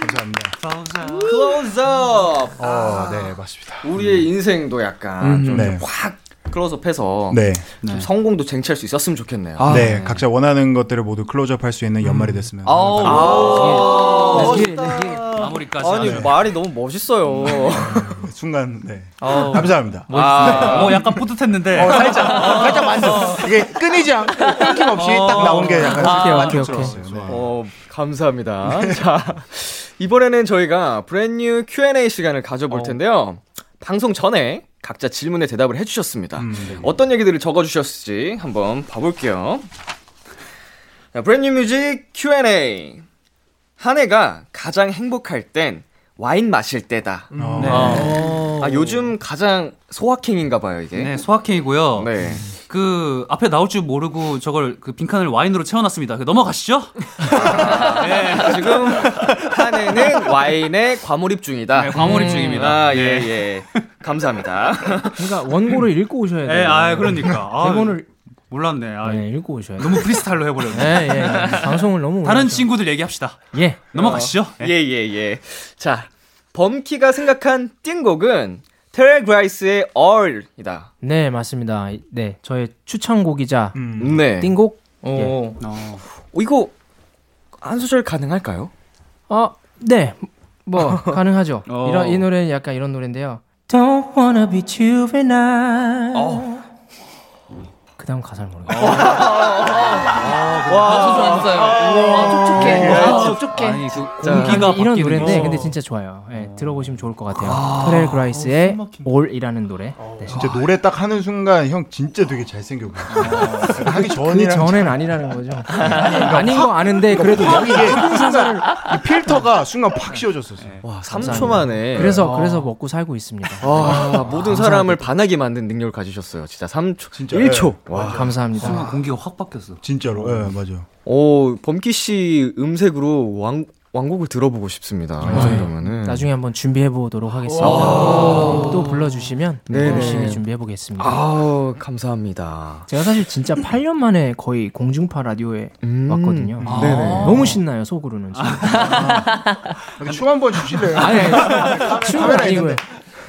Speaker 7: 감사합니다.
Speaker 2: 클로즈업.
Speaker 7: 어, 네, 맞습니다.
Speaker 2: 우리의 인생도 약간
Speaker 7: 음,
Speaker 2: 좀
Speaker 7: 네.
Speaker 2: 확 클로즈업해서
Speaker 7: 네.
Speaker 2: 좀 성공도 쟁취할 수 있었으면 좋겠네요.
Speaker 7: 네, 각자 원하는 것들을 모두 클로즈업할 수 있는 연말이 됐으면.
Speaker 2: 아우,
Speaker 7: 아,
Speaker 2: 예.
Speaker 7: 멋있다.
Speaker 2: 예, 예.
Speaker 4: 마무리까지
Speaker 2: 아니
Speaker 7: 하네.
Speaker 2: 말이 너무 멋있어요.
Speaker 7: 순간 네.
Speaker 2: 아우. 아.
Speaker 7: 감사합니다.
Speaker 2: 멋있어요.
Speaker 4: 어, 약간 뿌듯했는데.
Speaker 7: 어, 살짝, 어, 살짝 만져. 이게 끊이지 않고 끊김없이 딱 나온 게 약간 만족스러웠어요. 네.
Speaker 2: 어, 감사합니다. 자, 이번에는 저희가 브랜뉴 Q&A 시간을 가져볼 텐데요. 방송 전에 각자 질문에 대답을 해주셨습니다.
Speaker 7: 음, 네.
Speaker 2: 어떤 얘기들을 적어주셨을지 한번 봐볼게요. 자, 브랜뉴 뮤직 Q&A. 한 해가 가장 행복할 땐 와인 마실 때다.
Speaker 7: 음,
Speaker 4: 네.
Speaker 2: 어. 아, 요즘 가장 소확행인가 봐요, 이게.
Speaker 4: 네, 소확행이고요.
Speaker 2: 네.
Speaker 4: 그 앞에 나올 줄 모르고 저걸 그 빈칸을 와인으로 채워놨습니다. 그 넘어가시죠.
Speaker 2: 네, 지금 한 해는 와인에 과몰입 중이다.
Speaker 4: 네, 과몰입 중입니다.
Speaker 2: 아, 예,
Speaker 4: 네.
Speaker 2: 예. 감사합니다.
Speaker 6: 그러니까 원고를 읽고 오셔야 돼요.
Speaker 4: 네, 아, 그러니까. 아,
Speaker 6: 대본을
Speaker 4: 몰랐네. 아,
Speaker 6: 네, 읽고 오셔야 돼요.
Speaker 4: 너무 프리스타일로 해버렸네.
Speaker 6: 예, 예. 방송을 너무
Speaker 4: 다른
Speaker 6: 오래
Speaker 4: 친구들 얘기합시다.
Speaker 6: 예.
Speaker 4: 넘어가시죠. 네.
Speaker 2: 예, 예, 예. 자, 범키가 생각한 띵곡은 테레 그라이스의 All이다.
Speaker 6: 네, 맞습니다. 네, 저의 추천곡이자
Speaker 4: 음.
Speaker 2: 네.
Speaker 6: 띵곡. 예.
Speaker 2: 오. 어, 이거 한 소절 가능할까요?
Speaker 6: 아, 네. 뭐 가능하죠.
Speaker 2: 어.
Speaker 6: 이런 이 노래는 약간 이런 노래인데요. Don't wanna be juvenile.
Speaker 7: 어.
Speaker 6: 그다음 가사를 모르겠어요.
Speaker 2: 와,
Speaker 5: 소중했어요.
Speaker 6: 아,
Speaker 7: 네.
Speaker 6: 촉촉해.
Speaker 5: 와,
Speaker 6: 촉촉해.
Speaker 5: 아니,
Speaker 6: 그
Speaker 5: 공기가
Speaker 6: 이런
Speaker 5: 바뀌는
Speaker 6: 노래인데
Speaker 5: 거.
Speaker 6: 근데 진짜 좋아요. 예, 들어보시면 좋을 것 같아요.
Speaker 7: 아.
Speaker 6: 트렐
Speaker 4: 어,
Speaker 6: 그라이스의 올이라는 노래. 네.
Speaker 7: 진짜 노래 딱 하는 순간 형 진짜 되게 잘생겨 보여. 하기
Speaker 6: 그
Speaker 7: 전이랑 그러니까
Speaker 6: 전엔 아니라는 거죠. 아닌 거 아는데 그래도
Speaker 7: 이게
Speaker 6: 모든
Speaker 7: 순간
Speaker 6: 사사를 네.
Speaker 7: 이 필터가 순간 팍 씌워졌었어요.
Speaker 2: 와, 3초
Speaker 6: 감사합니다.
Speaker 2: 만에.
Speaker 4: 아.
Speaker 6: 그래서 그래서 먹고 살고 있습니다.
Speaker 2: 와, 모든
Speaker 6: 아, 감사합니다.
Speaker 2: 사람을 반하게 만든 능력을 가지셨어요. 진짜 3초, 1초. 와,
Speaker 6: 네. 감사합니다.
Speaker 4: 순간 아. 그 공기가 확 바뀌었어.
Speaker 7: 진짜로. 예, 맞아요.
Speaker 2: 오, 범키 씨 음색으로 왕 왕곡을 들어보고 싶습니다. 이 정도면은.
Speaker 6: 네. 나중에 한번 준비해 보도록 하겠습니다.
Speaker 2: 음. 오.
Speaker 6: 또 불러주시면
Speaker 2: 네네.
Speaker 6: 열심히 준비해 보겠습니다.
Speaker 2: 아우, 감사합니다.
Speaker 6: 제가 사실 진짜 8년 만에 거의 공중파 라디오에
Speaker 2: 음.
Speaker 6: 왔거든요.
Speaker 2: 아. 네네.
Speaker 6: 너무 신나요 속으로는. 지금.
Speaker 4: 아,
Speaker 7: 춤 한번 주실래요?
Speaker 6: 아니, 아니,
Speaker 7: 카메라
Speaker 6: 춤은 아니고요.
Speaker 7: 있는데.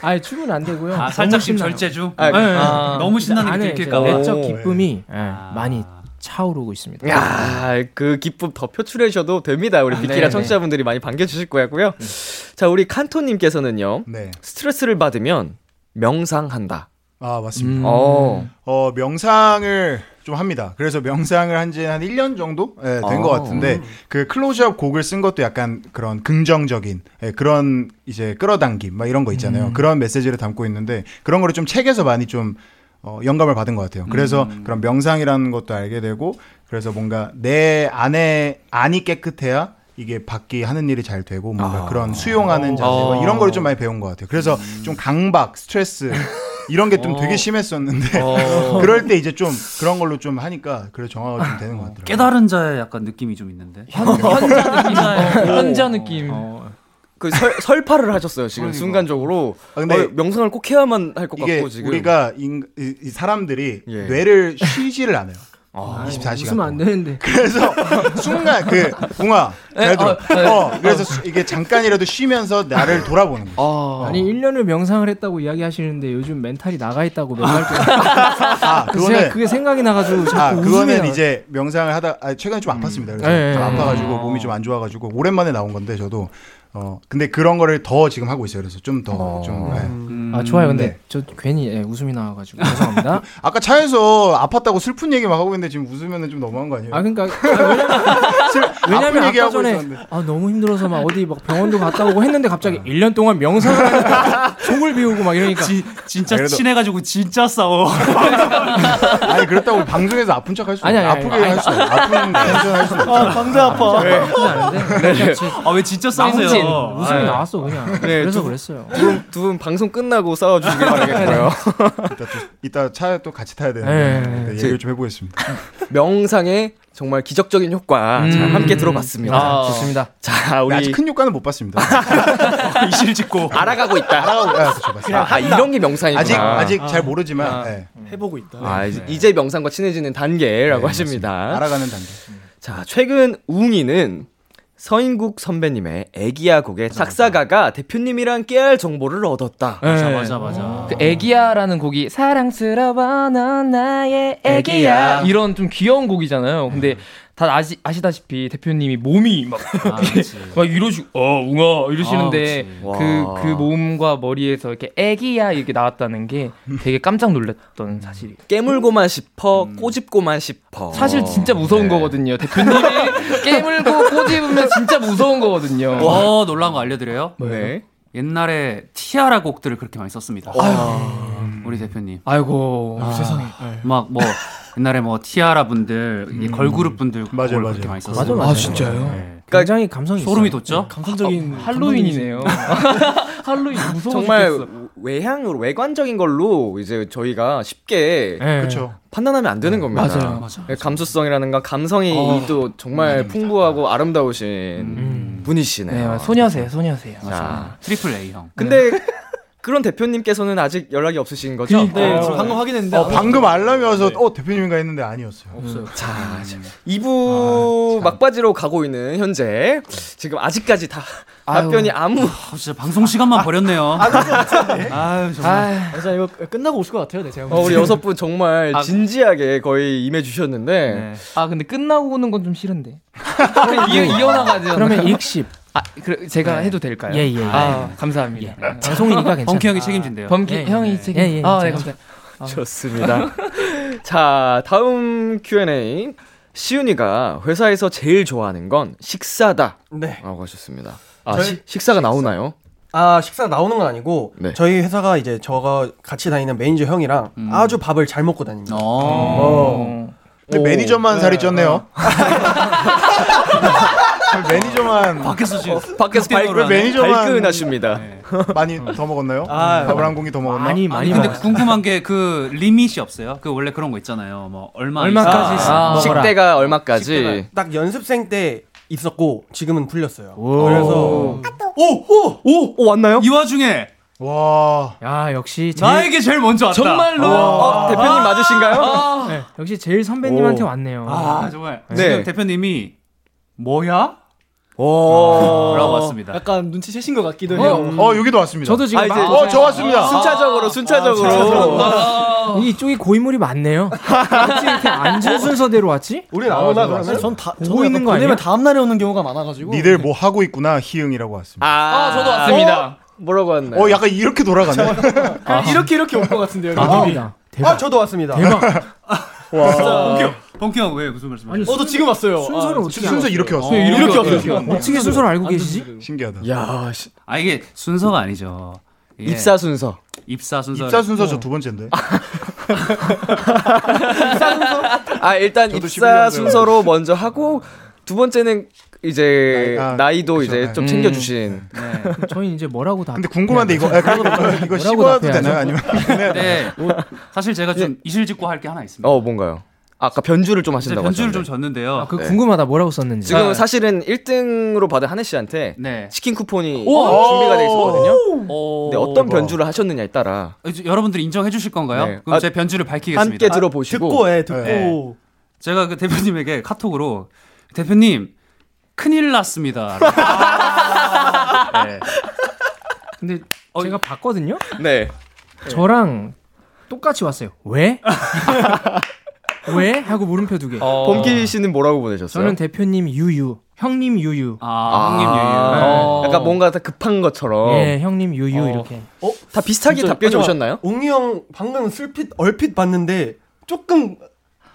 Speaker 6: 아니 춤은 안 되고요.
Speaker 4: 아, 살짝
Speaker 6: 너무
Speaker 4: 지금
Speaker 6: 신나요.
Speaker 4: 절제 중?
Speaker 6: 아,
Speaker 4: 네.
Speaker 6: 아,
Speaker 4: 너무 신나는
Speaker 6: 안에
Speaker 4: 게 들킬까
Speaker 6: 이제
Speaker 4: 봐.
Speaker 6: 내적
Speaker 4: 오,
Speaker 6: 기쁨이 예, 많이 차오르고 있습니다.
Speaker 2: 야, 그 기쁨 더 표출해 주셔도 됩니다. 우리 비키라
Speaker 6: 네네.
Speaker 2: 청취자분들이 많이 반겨 주실 거고요. 자, 우리 칸토 님께서는요.
Speaker 7: 네.
Speaker 2: 스트레스를 받으면 명상한다.
Speaker 7: 아, 맞습니다.
Speaker 2: 음. 어.
Speaker 7: 어, 명상을 좀 합니다. 그래서 명상을 한지한 1년 정도 예, 된 것
Speaker 2: 아.
Speaker 7: 같은데 그 클로즈업 곡을 쓴 것도 약간 그런 긍정적인 예,
Speaker 2: 음.
Speaker 7: 그런 이제 끌어당김 막 이런 거 있잖아요. 그런 메시지를 담고 있는데 그런 거를 좀 책에서 많이 좀 어, 영감을 받은 것 같아요. 그래서 그런 명상이라는 것도 알게 되고 그래서 뭔가 내 안에 안이 깨끗해야 이게 밖이 하는 일이 잘 되고 뭔가 그런 수용하는 자세 뭐
Speaker 12: 어.
Speaker 7: 이런 거를 좀 많이 배운 것 같아요. 그래서 좀 강박, 스트레스 이런 게 좀 되게 심했었는데
Speaker 4: 어.
Speaker 7: 그럴 때 이제 좀 그런 걸로 좀 하니까 그래 정화가 좀 되는 것 같아요.
Speaker 4: 깨달은 자의 약간 느낌이 좀 있는데.
Speaker 5: 현자 느낌.
Speaker 2: 그 설, 설파를 하셨어요 지금
Speaker 7: 그러니까.
Speaker 2: 순간적으로.
Speaker 7: 근데
Speaker 2: 어, 명상을 꼭 해야만 할 것
Speaker 7: 이게
Speaker 2: 같고 지금.
Speaker 7: 우리가 인, 이, 이 사람들이
Speaker 2: 예.
Speaker 7: 뇌를 쉬지를 않아요. 24시간.
Speaker 6: 웃으면 안 되는데.
Speaker 7: 그래서 순간 그 붕아
Speaker 6: 에?
Speaker 7: 잘 들어.
Speaker 6: 어, 네.
Speaker 7: 어, 그래서 수- 이게 잠깐이라도 쉬면서 나를 돌아보는 거야.
Speaker 6: 아니 1년을 명상을 했다고 이야기하시는데 요즘 멘탈이 나가 있다고 맨날
Speaker 7: 아,
Speaker 6: 제가
Speaker 7: 그거는
Speaker 6: 그게 생각이 나가지고
Speaker 7: 아,
Speaker 6: 자꾸 웃음이
Speaker 7: 그거는
Speaker 6: 나와요.
Speaker 7: 이제 명상을 하다 아, 최근에 좀 아팠습니다. 그래서
Speaker 6: 예,
Speaker 7: 좀
Speaker 6: 예,
Speaker 7: 아파가지고
Speaker 6: 예.
Speaker 7: 몸이 좀 안 좋아가지고 오랜만에 나온 건데 저도 어 근데 그런 거를 더 지금 하고 있어요. 그래서 좀 더 좀 네.
Speaker 6: 아 좋아요.
Speaker 4: 음,
Speaker 6: 근데
Speaker 4: 네.
Speaker 6: 저 괜히 예, 웃음이 나와가지고 죄송합니다.
Speaker 7: 아까 차에서 아팠다고 슬픈 얘기만 하고 있는데 지금 웃으면 좀 너무한 거 아니에요?
Speaker 6: 아 그러니까
Speaker 7: 아픈
Speaker 6: 왜냐면 아까
Speaker 7: 얘기하고
Speaker 6: 전에
Speaker 7: 있었는데.
Speaker 6: 아 너무 힘들어서 막 어디 막 병원도 갔다 오고 했는데
Speaker 4: 아.
Speaker 6: 갑자기 1년 동안 명상을 하니까 속을 비우고 막 이러니까
Speaker 4: 진짜 친해가지고 진짜 싸워.
Speaker 7: 아, 아니 그렇다고 방송에서 아픈 척 할 수
Speaker 6: 아니,
Speaker 7: 없어.
Speaker 6: 아니, 아니,
Speaker 7: 아프게
Speaker 6: 아니,
Speaker 7: 할 수 없어.
Speaker 6: 아니.
Speaker 7: 아픈 방송 할수 없어.
Speaker 6: 아, 방도 아파.
Speaker 7: 네.
Speaker 6: 아프지 않은데? 네.
Speaker 4: 아왜 진짜 싸우세요?
Speaker 2: 남진.
Speaker 6: 웃음이 나왔어, 그냥. 그래서
Speaker 2: 네, 두-
Speaker 6: 그랬어요.
Speaker 2: 두분 두분 방송 끝나고 싸워주시길 바라겠고요.
Speaker 7: 이따 차에 또 같이 타야
Speaker 2: 네,
Speaker 7: 되는데
Speaker 2: 네.
Speaker 7: 네, 얘기를 좀 해보겠습니다.
Speaker 2: 명상의 정말 기적적인 효과 잘
Speaker 7: 음.
Speaker 2: 함께 들어봤습니다.
Speaker 7: 아, 좋습니다.
Speaker 2: 자 우리
Speaker 7: 네, 아직 큰 효과는 못 봤습니다.
Speaker 4: 이실 짓고
Speaker 2: 알아가고 있다.
Speaker 7: 알아가고 아, 그렇죠, 맞습니다.
Speaker 2: 아, 아, 이런 게 명상이구나.
Speaker 7: 아직 아직 잘 모르지만 네.
Speaker 9: 해보고 있다.
Speaker 2: 예. 아, 이제, 이제 명상과 친해지는 단계라고 하십니다.
Speaker 7: 알아가는 단계.
Speaker 2: 자, 최근 웅이는 서인국 선배님의 애기야 곡의 작사가가 대표님이랑 깨알 정보를 얻었다.
Speaker 5: 맞아, 맞아,
Speaker 2: 맞아.
Speaker 5: 그 애기야라는 곡이 사랑스러워 넌 나의 애기야 이런 좀 귀여운 곡이잖아요. 근데
Speaker 2: 네.
Speaker 5: 다 아시, 아시다시피 대표님이 몸이 막, 막 이러시고 어 웅아 이러시는데
Speaker 2: 아,
Speaker 5: 그 그
Speaker 2: 그치. 와.
Speaker 5: 몸과 머리에서 이렇게 애기야 이렇게 나왔다는 게 되게 깜짝
Speaker 2: 음.
Speaker 5: 놀랐던 사실이.
Speaker 2: 깨물고만 싶어, 꼬집고만 싶어.
Speaker 5: 사실 진짜
Speaker 2: 네.
Speaker 5: 무서운 거거든요. 대표님이 깨물고 꼬집으면 진짜 무서운 거거든요.
Speaker 4: 더 놀란 거 알려드려요?
Speaker 5: 네.
Speaker 4: 옛날에 티아라 곡들을 그렇게 많이 썼습니다. 아, 우리 대표님.
Speaker 5: 아이고
Speaker 4: 아,
Speaker 5: 세상에. 네.
Speaker 4: 막 뭐 옛날에 뭐 티아라 분들, 이
Speaker 5: 음.
Speaker 4: 걸그룹 분들 맞아요,
Speaker 5: 맞아요,
Speaker 4: 그렇게
Speaker 5: 맞아요.
Speaker 4: 많이 썼어요. 네.
Speaker 5: 맞아요, 아, 맞아요. 진짜요?
Speaker 6: 굉장히 감성이
Speaker 4: 소름이
Speaker 6: 있어요.
Speaker 4: 돋죠? 아,
Speaker 9: 감성적인
Speaker 5: 할로윈이네요. 할로윈 무서워
Speaker 2: 정말
Speaker 5: 죽겠어.
Speaker 2: 외향으로 외관적인 걸로 이제 저희가 쉽게
Speaker 5: 예.
Speaker 7: 그쵸.
Speaker 2: 판단하면 안 되는 겁니다.
Speaker 5: 맞아요.
Speaker 2: 예, 감수성이라는 건 감성이
Speaker 5: 어,
Speaker 2: 또 정말 풍부하고 아름다우신 분이시네요.
Speaker 5: 네, 소녀세요, 소녀세요.
Speaker 2: 자,
Speaker 4: 트리플 A 형.
Speaker 2: 근데 그런 대표님께서는 아직 연락이 없으신 거죠? 네.
Speaker 7: 그러니까요. 네, 저 방금
Speaker 9: 확인했는데
Speaker 7: 어, 방금 알람이 와서 어 대표님인가 했는데 아니었어요. 없어요.
Speaker 2: 자, 2부 막바지로 가고 있는 현재 지금 아직까지 다 답변이 아무 아,
Speaker 4: 진짜 방송 시간만 버렸네요. 아유 정말.
Speaker 9: 맞아 이거 끝나고 오실 것 같아요, 네, 제가.
Speaker 2: 어, 우리
Speaker 9: 보기엔.
Speaker 2: 여섯 분 정말
Speaker 9: 아.
Speaker 2: 진지하게 거의 임해 주셨는데
Speaker 5: 아 근데 끝나고 오는 건 좀 싫은데. 그럼 이어 이어나가죠.
Speaker 6: 그러면 읽십.
Speaker 5: 아, 그래 제가
Speaker 6: 네.
Speaker 5: 해도 될까요?
Speaker 6: 예, 예, 예.
Speaker 5: 아, 감사합니다.
Speaker 6: 방송이니까 괜찮아요.
Speaker 5: 범키 형이
Speaker 4: 책임진대요.
Speaker 5: 범키
Speaker 6: 예, 예.
Speaker 5: 형이 책임.
Speaker 6: 예, 예,
Speaker 5: 아, 네,
Speaker 6: 괜찮아요.
Speaker 5: 감사합니다. 아.
Speaker 2: 좋습니다. 자, 다음 Q&A. 시윤이가 회사에서 제일 좋아하는 건 식사다.
Speaker 8: 네.
Speaker 2: 라고 하셨습니다. 아,
Speaker 8: 저희-
Speaker 2: 시- 식사가 나오나요?
Speaker 8: 아 식사 나오는 건 아니고
Speaker 2: 네.
Speaker 8: 저희 회사가 이제 저가 같이 다니는 매니저 형이랑 아주 밥을 잘 먹고 다닙니다.
Speaker 7: 어. 근데
Speaker 8: 오.
Speaker 7: 매니저만 살이
Speaker 8: 네,
Speaker 7: 쪘네요. 매니저만
Speaker 4: 밖에서 지금
Speaker 2: 어, 밖에서
Speaker 7: 왜
Speaker 2: 발끈
Speaker 7: 매니저만
Speaker 2: 발끈하십니다.
Speaker 7: 많이 더 먹었나요?
Speaker 4: 아,
Speaker 7: 밥을 한 공기 더 먹었나?
Speaker 4: 아니, 근데 궁금한 게 그 리밋이 없어요? 그 원래 그런 거 있잖아요. 뭐 얼마 뭐
Speaker 2: 얼마까지
Speaker 4: 이상.
Speaker 2: 아, 먹어라. 식대가 얼마까지?
Speaker 8: 딱 연습생 때 있었고 지금은 풀렸어요.
Speaker 2: 오.
Speaker 8: 그래서
Speaker 4: 오오오
Speaker 2: 오, 왔나요?
Speaker 4: 이 와중에
Speaker 7: 와.
Speaker 6: 야, 역시 제일-
Speaker 4: 나에게 제일 먼저 왔다.
Speaker 6: 정말로?
Speaker 4: 와. 아.
Speaker 6: 어, 대표님
Speaker 2: 맞으신가요?
Speaker 6: 네, 역시 제일 선배님한테
Speaker 4: 오.
Speaker 6: 왔네요.
Speaker 4: 아 정말.
Speaker 6: 네.
Speaker 4: 지금 대표님이 뭐야?
Speaker 2: 오.
Speaker 4: 라고 왔습니다.
Speaker 9: 약간 눈치채신 것 같기도
Speaker 4: 어,
Speaker 9: 해요.
Speaker 7: 어, 여기도 왔습니다.
Speaker 6: 저도 지금
Speaker 9: 아, 이제-
Speaker 6: 막-
Speaker 9: 어, 저 왔습니다.
Speaker 2: 순차적으로 아, 순차적으로.
Speaker 6: 이쪽이 고인물이 많네요. 어떻게 이렇게 앉은 순서대로 왔지?
Speaker 7: 우리 안 오나, 그러면?
Speaker 9: 아, 전다
Speaker 6: 보고 있는 거 아니야?
Speaker 9: 왜냐면 다음 날에 오는 경우가 많아가지고.
Speaker 7: 니들 뭐 하고 있구나 희응이라고 왔습니다.
Speaker 2: 아,
Speaker 9: 저도 왔습니다.
Speaker 2: 뭐라고 왔나요?
Speaker 7: 어 약간 이렇게 돌아가네.
Speaker 9: 이렇게 이렇게 올 것 같은데요.
Speaker 8: 아, 아, 저도 왔습니다.
Speaker 9: 대박.
Speaker 4: 봉키형, 봉키형 왜 무슨 말씀하세요?
Speaker 9: 어, 저 지금 왔어요.
Speaker 6: 순서를
Speaker 9: 아,
Speaker 6: 어떻게
Speaker 9: 지금
Speaker 7: 순서 이렇게 왔어.
Speaker 9: 네, 이렇게 왔어요,
Speaker 4: 이렇게
Speaker 9: 지금.
Speaker 6: 어떻게 순서를 알고 계시지?
Speaker 7: 신기하다.
Speaker 2: 야, 씨.
Speaker 4: 아 이게 순서가 아니죠. 이게
Speaker 2: 입사 순서.
Speaker 4: 입사 어. 순서.
Speaker 9: 어. 아,
Speaker 7: 입사 순서 저 두 번째인데.
Speaker 2: 아 일단
Speaker 15: 저도
Speaker 2: 입사
Speaker 15: 11년도요.
Speaker 2: 순서로 먼저 하고 두 번째는 이제
Speaker 15: 나이- 아,
Speaker 2: 나이, 도
Speaker 15: 그쵸,
Speaker 2: 이제
Speaker 15: 네.
Speaker 2: 좀
Speaker 15: 음. 네.
Speaker 2: 챙겨 주신.
Speaker 6: 네, 저희 이제 뭐라고 답?
Speaker 2: 근데 궁금한데 이거-
Speaker 6: 해야 되죠?
Speaker 2: 아, 그거- 이거
Speaker 6: 뭐라고
Speaker 2: 씹어도
Speaker 6: 답해야죠?
Speaker 2: 되나요? 아니면
Speaker 4: 네. 사실 제가 좀 이실직고 할 게 하나 있습니다.
Speaker 2: 어 뭔가요? 아까 변주를 좀 하신다고
Speaker 4: 변주를
Speaker 2: 하셨는데.
Speaker 4: 좀 졌는데요.
Speaker 2: 아,
Speaker 6: 그 궁금하다 뭐라고 썼는지.
Speaker 2: 지금
Speaker 6: 아.
Speaker 2: 사실은 1등으로 받은 한혜 씨한테
Speaker 15: 네.
Speaker 2: 치킨 쿠폰이
Speaker 4: 우와!
Speaker 2: 준비가 돼 있었거든요.
Speaker 4: 오.
Speaker 2: 근데 어떤 변주를 하셨느냐에 따라
Speaker 4: 어, 이제 여러분들이 인정해 주실 건가요?
Speaker 2: 네.
Speaker 4: 그럼
Speaker 2: 아,
Speaker 4: 제 변주를 밝히겠습니다.
Speaker 2: 함께 들어보시고. 아, 듣고 해, 듣고.
Speaker 4: 제가 그 대표님에게 카톡으로 대표님 큰일 났습니다. 네.
Speaker 6: 근데 제가 봤거든요.
Speaker 2: 네.
Speaker 6: 저랑 똑같이 왔어요. 왜? 왜? 하고 물음표 두 개.
Speaker 15: 어.
Speaker 2: 범기 씨는 뭐라고 보내셨어요?
Speaker 6: 저는 대표님 유유, 형님 유유. 네.
Speaker 2: 아, 어. 약간 뭔가 다 급한 것처럼.
Speaker 6: 예, 형님 유유 이렇게.
Speaker 8: 어?
Speaker 2: 다 비슷하게 답변이 오셨나요?
Speaker 8: 옹이 형 방금 슬핏 얼핏 봤는데 조금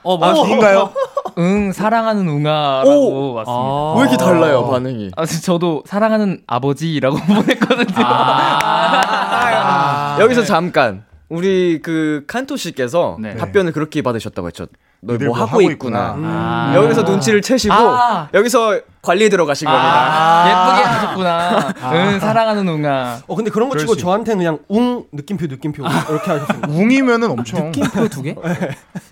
Speaker 4: 어
Speaker 6: 맞- 뭔가요? 응 사랑하는 웅아라고 왔습니다.
Speaker 2: 왜 이렇게 달라요, 반응이?
Speaker 5: 아, 저도 사랑하는 아버지라고 보냈거든요.
Speaker 2: 여기서 잠깐 우리 그 칸토 씨께서 답변을 그렇게 받으셨다고 했죠. 너
Speaker 15: 니들
Speaker 2: 뭐 하고,
Speaker 15: 있구나.
Speaker 2: 있구나. 음. 여기서 눈치를 채시고
Speaker 5: 아.
Speaker 2: 여기서 관리에 들어가신 겁니다. 아.
Speaker 5: 예쁘게 하셨구나. 응 사랑하는 웅아.
Speaker 8: 아. 어 근데 그런 거
Speaker 5: 그럴
Speaker 8: 치고
Speaker 5: 수
Speaker 8: 저한테는 그냥 웅 느낌표 느낌표 이렇게 하셨습니다. 네.
Speaker 7: 웅이면은 엄청
Speaker 8: 느낌표 두 개?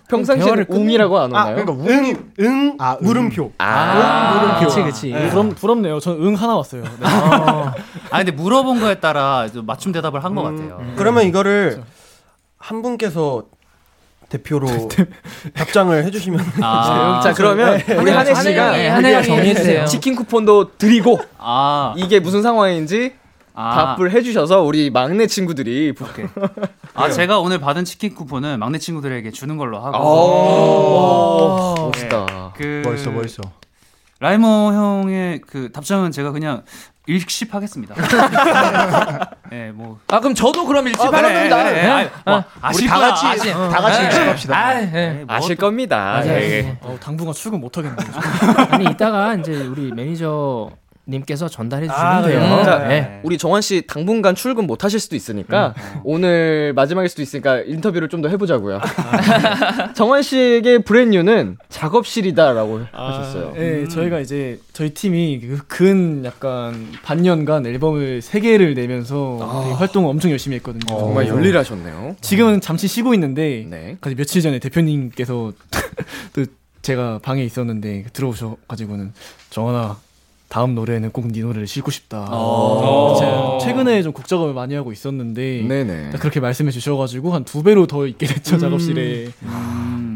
Speaker 2: 평상시에는 웅이라고 안
Speaker 8: 오나요?
Speaker 7: 그러니까 웅이
Speaker 8: 아, 응, 물음표.
Speaker 4: 아.
Speaker 9: 응, 물음표.
Speaker 4: 그치, 그치.
Speaker 9: 네. 부럽, 부럽네요. 전 응 하나 왔어요. 네.
Speaker 4: 아 근데 물어본 거에 따라 좀 맞춤 대답을 한 것
Speaker 2: 음,
Speaker 4: 같아요.
Speaker 8: 그러면
Speaker 2: 그렇죠.
Speaker 8: 이거를 한 분께서 대표로 답장을 해주시면
Speaker 4: 아.
Speaker 8: 이제
Speaker 2: 자 그러면
Speaker 8: 네.
Speaker 2: 우리 한혜 씨가 네. 치킨 쿠폰도 드리고 이게 무슨 상황인지
Speaker 4: 아.
Speaker 2: 답을 해주셔서 우리 막내 친구들이
Speaker 4: 아 제가 오늘 받은 치킨 쿠폰은 막내 친구들에게 주는 걸로
Speaker 2: 오,
Speaker 4: 하고.
Speaker 2: 멋있다.
Speaker 7: 멋있어, 멋있어.
Speaker 4: 그 라이머 형의 그 답장은 제가 그냥 일십하겠습니다. 네, 뭐.
Speaker 5: 아 그럼 저도 그럼 일치하겠습니다.
Speaker 4: 예, 예.
Speaker 6: 네.
Speaker 4: 아이, 뭐, 아실 거야, 아실- 예.
Speaker 5: 아,
Speaker 6: 네.
Speaker 2: 아실 겁니다.
Speaker 6: 맞아요.
Speaker 2: 예.
Speaker 9: 어, 당분간 출근 못 하겠네요.
Speaker 6: 아니 이따가 이제 우리 매니저. 님께서 전달해 주시면
Speaker 2: 아,
Speaker 6: 돼요.
Speaker 2: 네. 자,
Speaker 6: 네.
Speaker 2: 우리 정환 씨 당분간 출근 못 하실 수도 있으니까
Speaker 9: 음.
Speaker 2: 오늘 마지막일 수도 있으니까 인터뷰를 좀 더 해보자고요.
Speaker 9: 아.
Speaker 2: 정환 씨에게 브랜뉴는 작업실이다라고 하셨어요. 음.
Speaker 9: 네, 저희가 이제 저희 팀이 그근 약간 반년간 앨범을 세 개를 내면서 되게 활동을 엄청 열심히 했거든요.
Speaker 2: 정말 열일하셨네요.
Speaker 9: 지금은 잠시 쉬고 있는데 그래서 며칠 전에 대표님께서 또 제가 방에 있었는데 들어오셔 가지고는 정원아 다음 노래는 꼭 네 노래를 싣고 싶다.
Speaker 15: 오.
Speaker 6: 네.
Speaker 9: 제가 최근에 좀 곡 작업을 많이 하고 있었는데
Speaker 2: 네네.
Speaker 9: 딱 그렇게 말씀해 주셔가지고 한 두 배로 더 있게 됐죠 작업실에.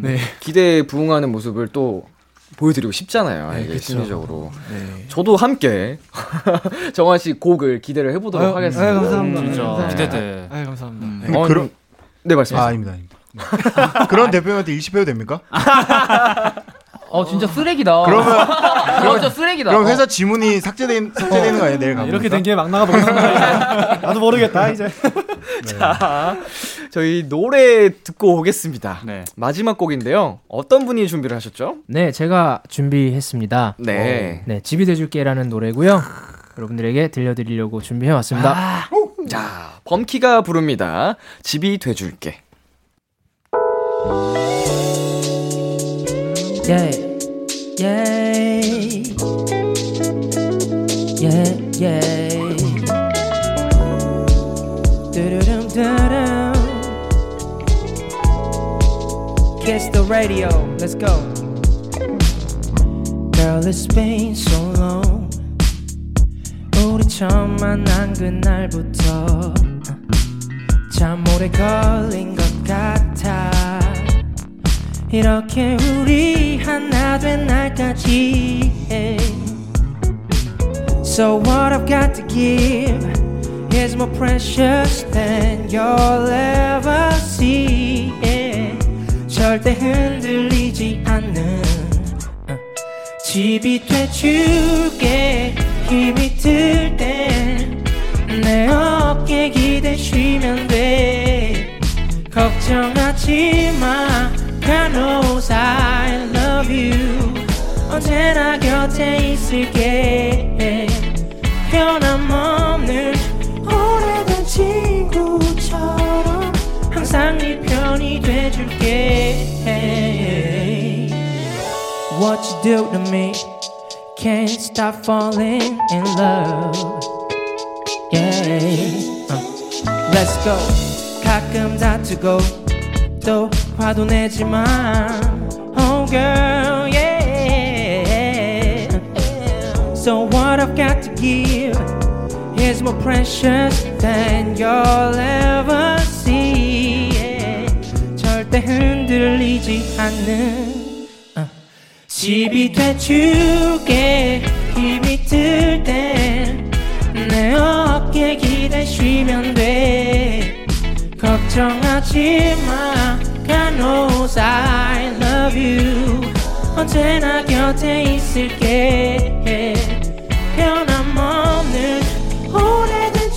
Speaker 9: 네.
Speaker 2: 기대에 부응하는 모습을 또 보여드리고 싶잖아요.
Speaker 9: 네,
Speaker 2: 이게
Speaker 9: 그쵸.
Speaker 2: 심리적으로.
Speaker 9: 네.
Speaker 2: 저도 함께 정환 씨 곡을 기대를 해보도록
Speaker 9: 아유,
Speaker 2: 하겠습니다. 음.
Speaker 9: 아유,
Speaker 7: 음,
Speaker 9: 감사합니다. 진짜.
Speaker 4: 기대돼.
Speaker 9: 아유, 감사합니다. 네.
Speaker 7: 근데 어, 그런
Speaker 2: 네 말씀하세요.
Speaker 7: 아, 아닙니다. 아닙니다. 그런 대표님한테 일시해도 됩니까?
Speaker 2: 아,
Speaker 5: 어 진짜 쓰레기다. 어,
Speaker 7: 그러면
Speaker 5: 진짜 쓰레기다.
Speaker 7: 그럼
Speaker 2: 어.
Speaker 7: 회사 지문이 삭제된 삭제되는 거 아니에요? 내일 가.
Speaker 9: 이렇게 된 게 막 나가 보겠습니다. 나도 모르겠다 이제.
Speaker 2: 자,
Speaker 4: 네.
Speaker 2: 저희 노래 듣고 오겠습니다. 마지막 곡인데요. 어떤 분이 준비를 하셨죠?
Speaker 6: 네, 제가 준비했습니다.
Speaker 2: 네.
Speaker 6: 어, 네, 집이 돼줄게라는 노래고요. 여러분들에게 들려드리려고 준비해 왔습니다.
Speaker 2: 아, 자, 범키가 부릅니다. 집이 돼줄게.
Speaker 10: Yeah, yeah, yeah, yeah. Doo-doo-dum, doo-dum. Kiss the radio, let's go.
Speaker 16: Girl, it's been so long.
Speaker 10: 우리 처음 만난 그날부터 참 오래 걸린 것 같아 이렇게 우리 하나 된 날까지
Speaker 16: So what I've got to give is more precious than you'll ever see.
Speaker 10: 절대 흔들리지 않는 어, 집이 돼줄게 힘이 들 때 내 어깨 기대 쉬면 돼 걱정하지 마 God knows I love you 언제나 곁에 있을게 변함없는 오래된 친구처럼 항상 네 편이 돼줘 해줄게 What you do to me Can't stop falling in love Yeah 어. Let's go 가끔 다투고 또 화도 내지만 Oh girl yeah So what I've got to give is more precious than you'll ever see. 절대 흔들리지 않는 uh, 집이 돼주게 힘이 들땐내 어깨 기대쉬면 돼 걱정하지 마 God knows I love you 언제나 곁에 있을게 변함없는 오래된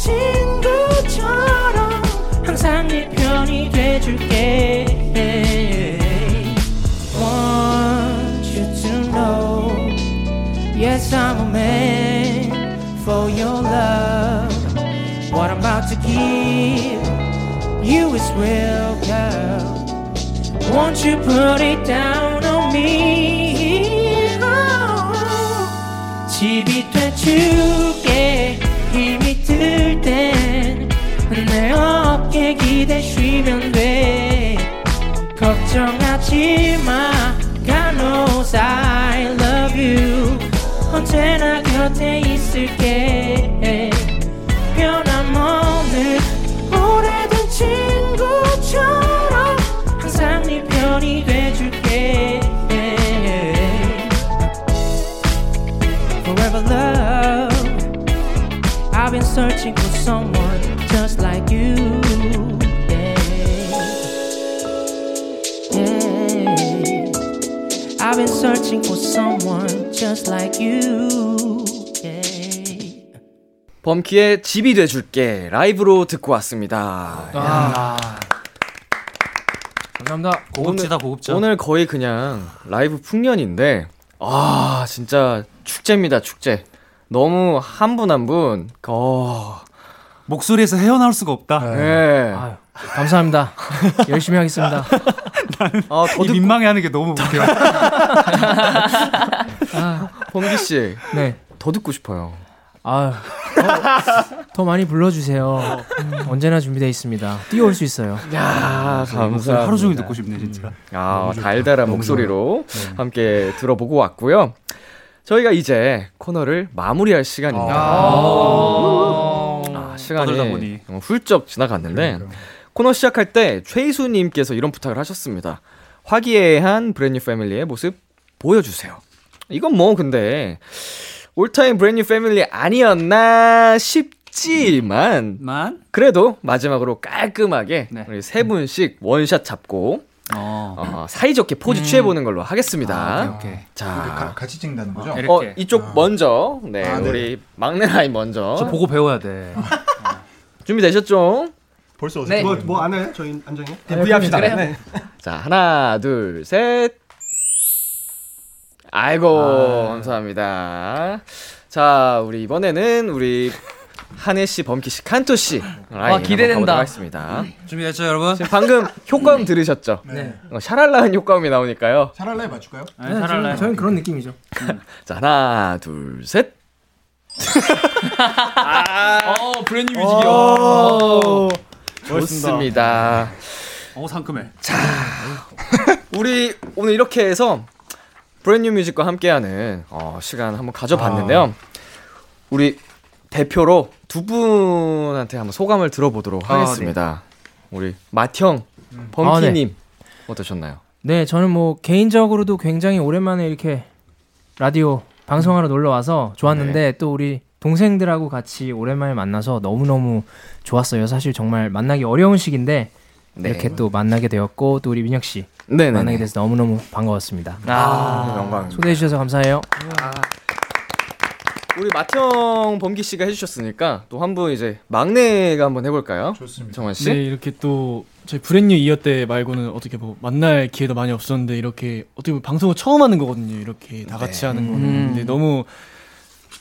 Speaker 10: 친구처럼 항상 네 편이 돼줄게 Want you to know Yes I'm a man for your love What I'm about to give You is real girl Won't you put it down on me Oh. 집이 돼주게 힘이 들땐내 어깨 기대 쉬면 돼 걱정하지 마 God knows I love you 언제나 곁에 있을게 변함없는 오래된 친구처럼 항상 네 편이 돼줄게 forever love. I've been searching for someone just like you. yeah. Yeah. I've been searching for someone just like you.
Speaker 2: 범키의 집이 돼줄게 라이브로 듣고 왔습니다.
Speaker 5: 아.
Speaker 2: 감사합니다.
Speaker 4: 고급지다, 고급져.
Speaker 2: 오늘 거의 그냥 라이브 풍년인데 아 진짜 축제입니다 축제. 너무 한 분 한 분. 어.
Speaker 4: 목소리에서 헤어나올 수가 없다.
Speaker 2: 네.
Speaker 4: 감사합니다. 열심히 하겠습니다. 나는
Speaker 2: 아,
Speaker 4: 이 민망해하는 게 너무 웃겨.
Speaker 2: 범기 씨.
Speaker 6: 아, 네.
Speaker 2: 더 듣고 싶어요.
Speaker 6: 아, 더, 더 많이 불러주세요. 음, 언제나 준비되어 있습니다. 뛰어올 수 있어요.
Speaker 2: 야,
Speaker 6: 목소리
Speaker 2: 아, 감사합니다.
Speaker 6: 하루 종일
Speaker 4: 듣고 싶네 진짜.
Speaker 2: 아, 달달한 목소리로 함께 들어보고 왔고요. 저희가 이제 코너를 마무리할 시간입니다. 아, 시간이
Speaker 4: 떠들다 보니.
Speaker 2: 어, 훌쩍 지나갔는데 코너 시작할 때 최희수님께서 이런 부탁을 하셨습니다. 화기애애한 브랜뉴 패밀리의 모습 보여주세요. 이건 뭐 근데 올타임 브랜뉴 패밀리 아니었나 싶지만 그래도 마지막으로 깔끔하게
Speaker 4: 네.
Speaker 2: 우리 세 분씩 원샷 잡고
Speaker 4: 음.
Speaker 2: 어, 사이좋게 포즈 취해보는 걸로 하겠습니다.
Speaker 4: 아,
Speaker 2: 자,
Speaker 12: 같이 찍는다는 거죠?
Speaker 2: 어, 이쪽 먼저 네
Speaker 12: 아, 네.
Speaker 2: 우리 막내 라인 먼저
Speaker 4: 저 보고 배워야 돼.
Speaker 2: 준비 되셨죠?
Speaker 12: 벌써
Speaker 2: 어색해.
Speaker 8: 뭐, 뭐 안 해요? 저희 안정이?
Speaker 2: 데뷔 합시다. 네. 자 하나 둘 셋. 아이고 감사합니다. 자 우리 이번에는 우리 한혜 씨, 범키 씨, 칸토 씨 라인
Speaker 4: 아, 기대된다.
Speaker 2: 한번 가보도록 하겠습니다.
Speaker 4: 준비됐죠 여러분?
Speaker 2: 지금 방금 효과음 들으셨죠?
Speaker 4: 네.
Speaker 2: 어, 샤랄라한 효과음이 나오니까요.
Speaker 12: 샤랄라에 맞출까요?
Speaker 6: 네, 저는, 저는 그런 느낌이죠.
Speaker 2: 자 하나 둘 셋.
Speaker 4: 어 브랜뉴 뮤직이요.
Speaker 2: 오, 좋습니다.
Speaker 4: 어 상큼해.
Speaker 2: 우리 오늘 이렇게 해서 브랜뉴 뮤직과 함께하는 어, 시간 한번 가져봤는데요. 우리 대표로 두 분한테 한번 소감을 들어보도록
Speaker 6: 아,
Speaker 2: 하겠습니다. 우리 마티형,
Speaker 6: 아,
Speaker 2: 범키님
Speaker 6: 네.
Speaker 2: 어떠셨나요?
Speaker 6: 네, 저는 뭐 개인적으로도 굉장히 오랜만에 이렇게 라디오 방송하러 놀러 와서 좋았는데
Speaker 2: 네.
Speaker 6: 또 우리 동생들하고 같이 오랜만에 만나서 너무너무 좋았어요. 사실 정말 만나기 어려운 시기인데
Speaker 2: 네.
Speaker 6: 이렇게 또 만나게 되었고 또 우리 민혁 씨
Speaker 2: 네네네.
Speaker 6: 만나게 돼서 너무너무 반가웠습니다.
Speaker 2: 아, 영광입니다.
Speaker 6: 초대해 주셔서 감사해요.
Speaker 2: 우리 마티형, 범키 씨가 해주셨으니까 또 한 분 이제 막내가 한번 해볼까요? 좋습니다. 정환 씨.
Speaker 9: 네, 이렇게 또 저희 브랜뉴 2화 때 말고는 어떻게 뭐 만날 기회도 많이 없었는데 이렇게 어떻게 보면 방송을 처음 하는 거거든요. 이렇게 다
Speaker 2: 네.
Speaker 9: 같이 하는 거는
Speaker 4: 음.
Speaker 9: 근데 너무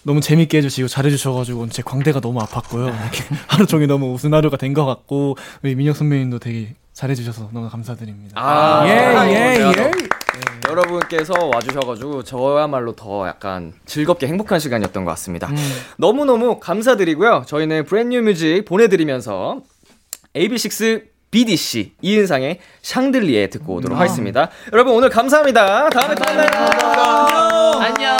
Speaker 9: 너무 재밌게 해주시고 잘해주셔가지고 제
Speaker 2: 아,
Speaker 9: 광대가 너무 아팠고요. 이렇게 하루 종일 너무 웃은 하루가 된 것 같고 우리 민혁 선배님도 되게 잘해주셔서 너무 감사드립니다.
Speaker 2: 아,
Speaker 9: 예, 예,
Speaker 2: 여러분,
Speaker 9: 예.
Speaker 2: 여러분께서 와주셔가지고 저야말로 더 약간 즐겁게 행복한 시간이었던 것 같습니다.
Speaker 9: 음.
Speaker 2: 너무너무 감사드리고요. 저희는 브랜뉴 뮤직 보내드리면서 AB6 BDC 이은상의 샹들리에 듣고 오도록
Speaker 8: 음.
Speaker 2: 하겠습니다. 여러분 오늘 감사합니다. 다음에 또 만나요.
Speaker 9: 아.
Speaker 8: 안녕.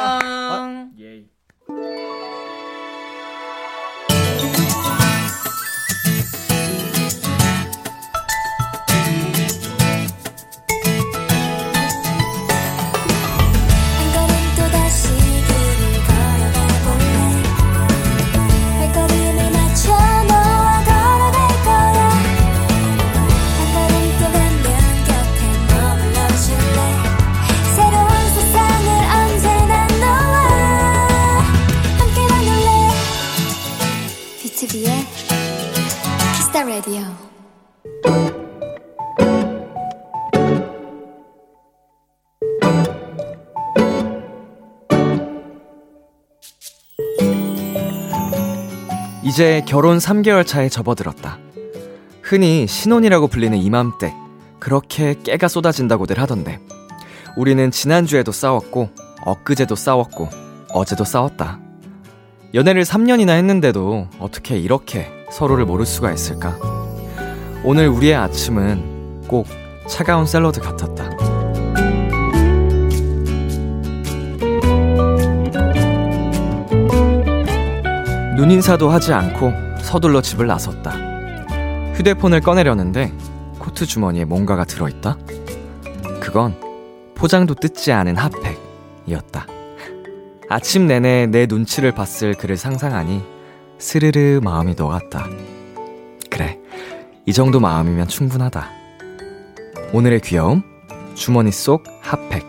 Speaker 5: 한 걸음 또다시 길을 걸어가 볼래 발걸음을 맞춰 너와 걸어갈 거야 한 걸음 또 가면 곁에 머물러 줄래 새로운 세상을 언제나 너와 함께 만날래 B2B의 키스타 라디오
Speaker 2: 이제 결혼 3개월 차에 접어들었다. 흔히 신혼이라고 불리는 이맘때 그렇게 깨가 쏟아진다고들 하던데 우리는 지난주에도 싸웠고 엊그제도 싸웠고 어제도 싸웠다. 연애를 3년이나 했는데도 어떻게 이렇게 서로를 모를 수가 있을까? 오늘 우리의 아침은 꼭 차가운 샐러드 같았다. 눈인사도 하지 않고 서둘러 집을 나섰다. 휴대폰을 꺼내려는데 코트 주머니에 뭔가가 들어있다? 그건 포장도 뜯지 않은 핫팩이었다. 아침 내내 내 눈치를 봤을 그를 상상하니 스르르 마음이 녹았다. 그래, 이 정도 마음이면 충분하다. 오늘의 귀여움, 주머니 속 핫팩.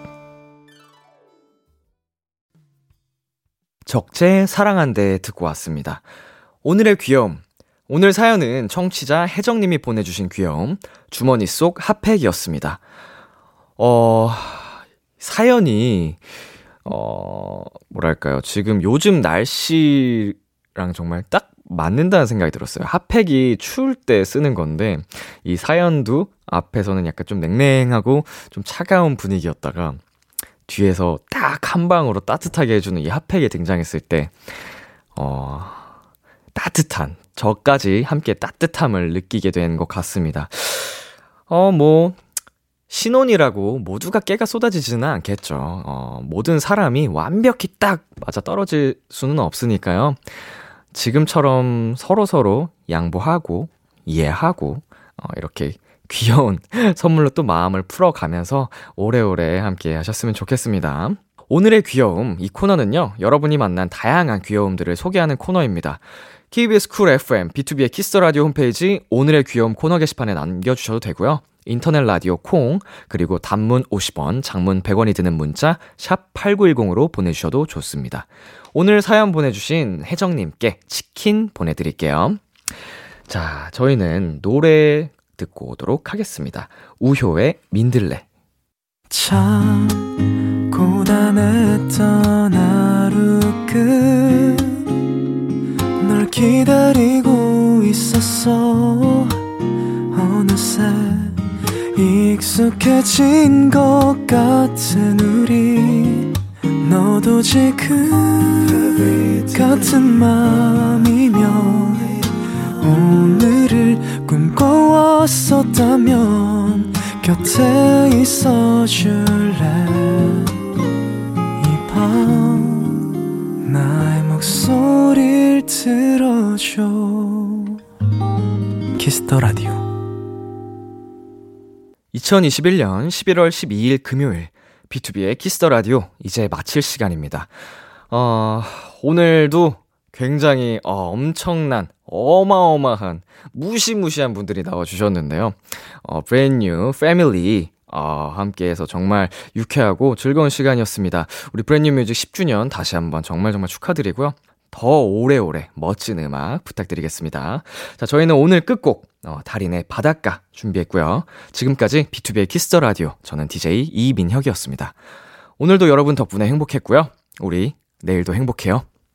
Speaker 2: 적재 사랑한대 듣고 왔습니다. 오늘의 귀여움. 오늘 사연은 청취자 혜정님이 보내주신 귀여움, 주머니 속 핫팩이었습니다. 어, 사연이, 어, 뭐랄까요. 지금 요즘 날씨랑 정말 딱 맞는다는 생각이 들었어요. 핫팩이 추울 때 쓰는 건데, 이 사연도 앞에서는 약간 좀 냉랭하고 좀 차가운 분위기였다가, 뒤에서 딱 한 방으로 따뜻하게 해주는 이 핫팩이 등장했을 때, 어, 따뜻한, 저까지 함께 따뜻함을 느끼게 된 것 같습니다. 어, 뭐, 신혼이라고 모두가 깨가 쏟아지지는 않겠죠. 어, 모든 사람이 완벽히 딱 맞아 떨어질 수는 없으니까요. 지금처럼 서로서로 양보하고, 이해하고, 어, 이렇게 귀여운 선물로 또 마음을 풀어가면서 오래오래 함께 하셨으면 좋겠습니다. 오늘의 귀여움, 이 코너는요, 여러분이 만난 다양한 귀여움들을 소개하는 코너입니다. KBS 쿨 FM, B2B의 키스 더 라디오 홈페이지, 오늘의 귀여움 코너 게시판에 남겨주셔도 되고요. 인터넷 라디오 콩, 그리고 단문 50원, 장문 100원이 드는 문자, 샵8910으로 보내주셔도 좋습니다. 오늘 사연 보내주신 혜정님께 치킨 보내드릴게요. 자, 저희는 노래 듣고 오도록 하겠습니다. 우효의 민들레.
Speaker 10: 참 고단했던 하루 끝널 기다리고 있었어 어느새 익숙해진 것 같은 우리 너도 지금 같은 마음이면 오늘을 꿈꿔왔었다면 곁에 있어 줄래 이 밤 나의 목소리를 들어줘 키스터 라디오
Speaker 2: 2021년 11월 12일 금요일 B2B의 키스터 라디오 이제 마칠 시간입니다. 어, 오늘도 굉장히 어, 엄청난 어마어마한 무시무시한 분들이 나와 주셨는데요. 어, 브랜뉴 패밀리 어, 함께해서 정말 유쾌하고 즐거운 시간이었습니다. 우리 브랜뉴 뮤직 10주년 다시 한번 정말 정말 축하드리고요. 더 오래오래 멋진 음악 부탁드리겠습니다. 자, 저희는 오늘 끝곡, 어, 달인의 바닷가 준비했고요. 지금까지 B2B의 키스터 라디오. 저는 DJ 이민혁이었습니다. 오늘도 여러분 덕분에 행복했고요. 우리 내일도 행복해요.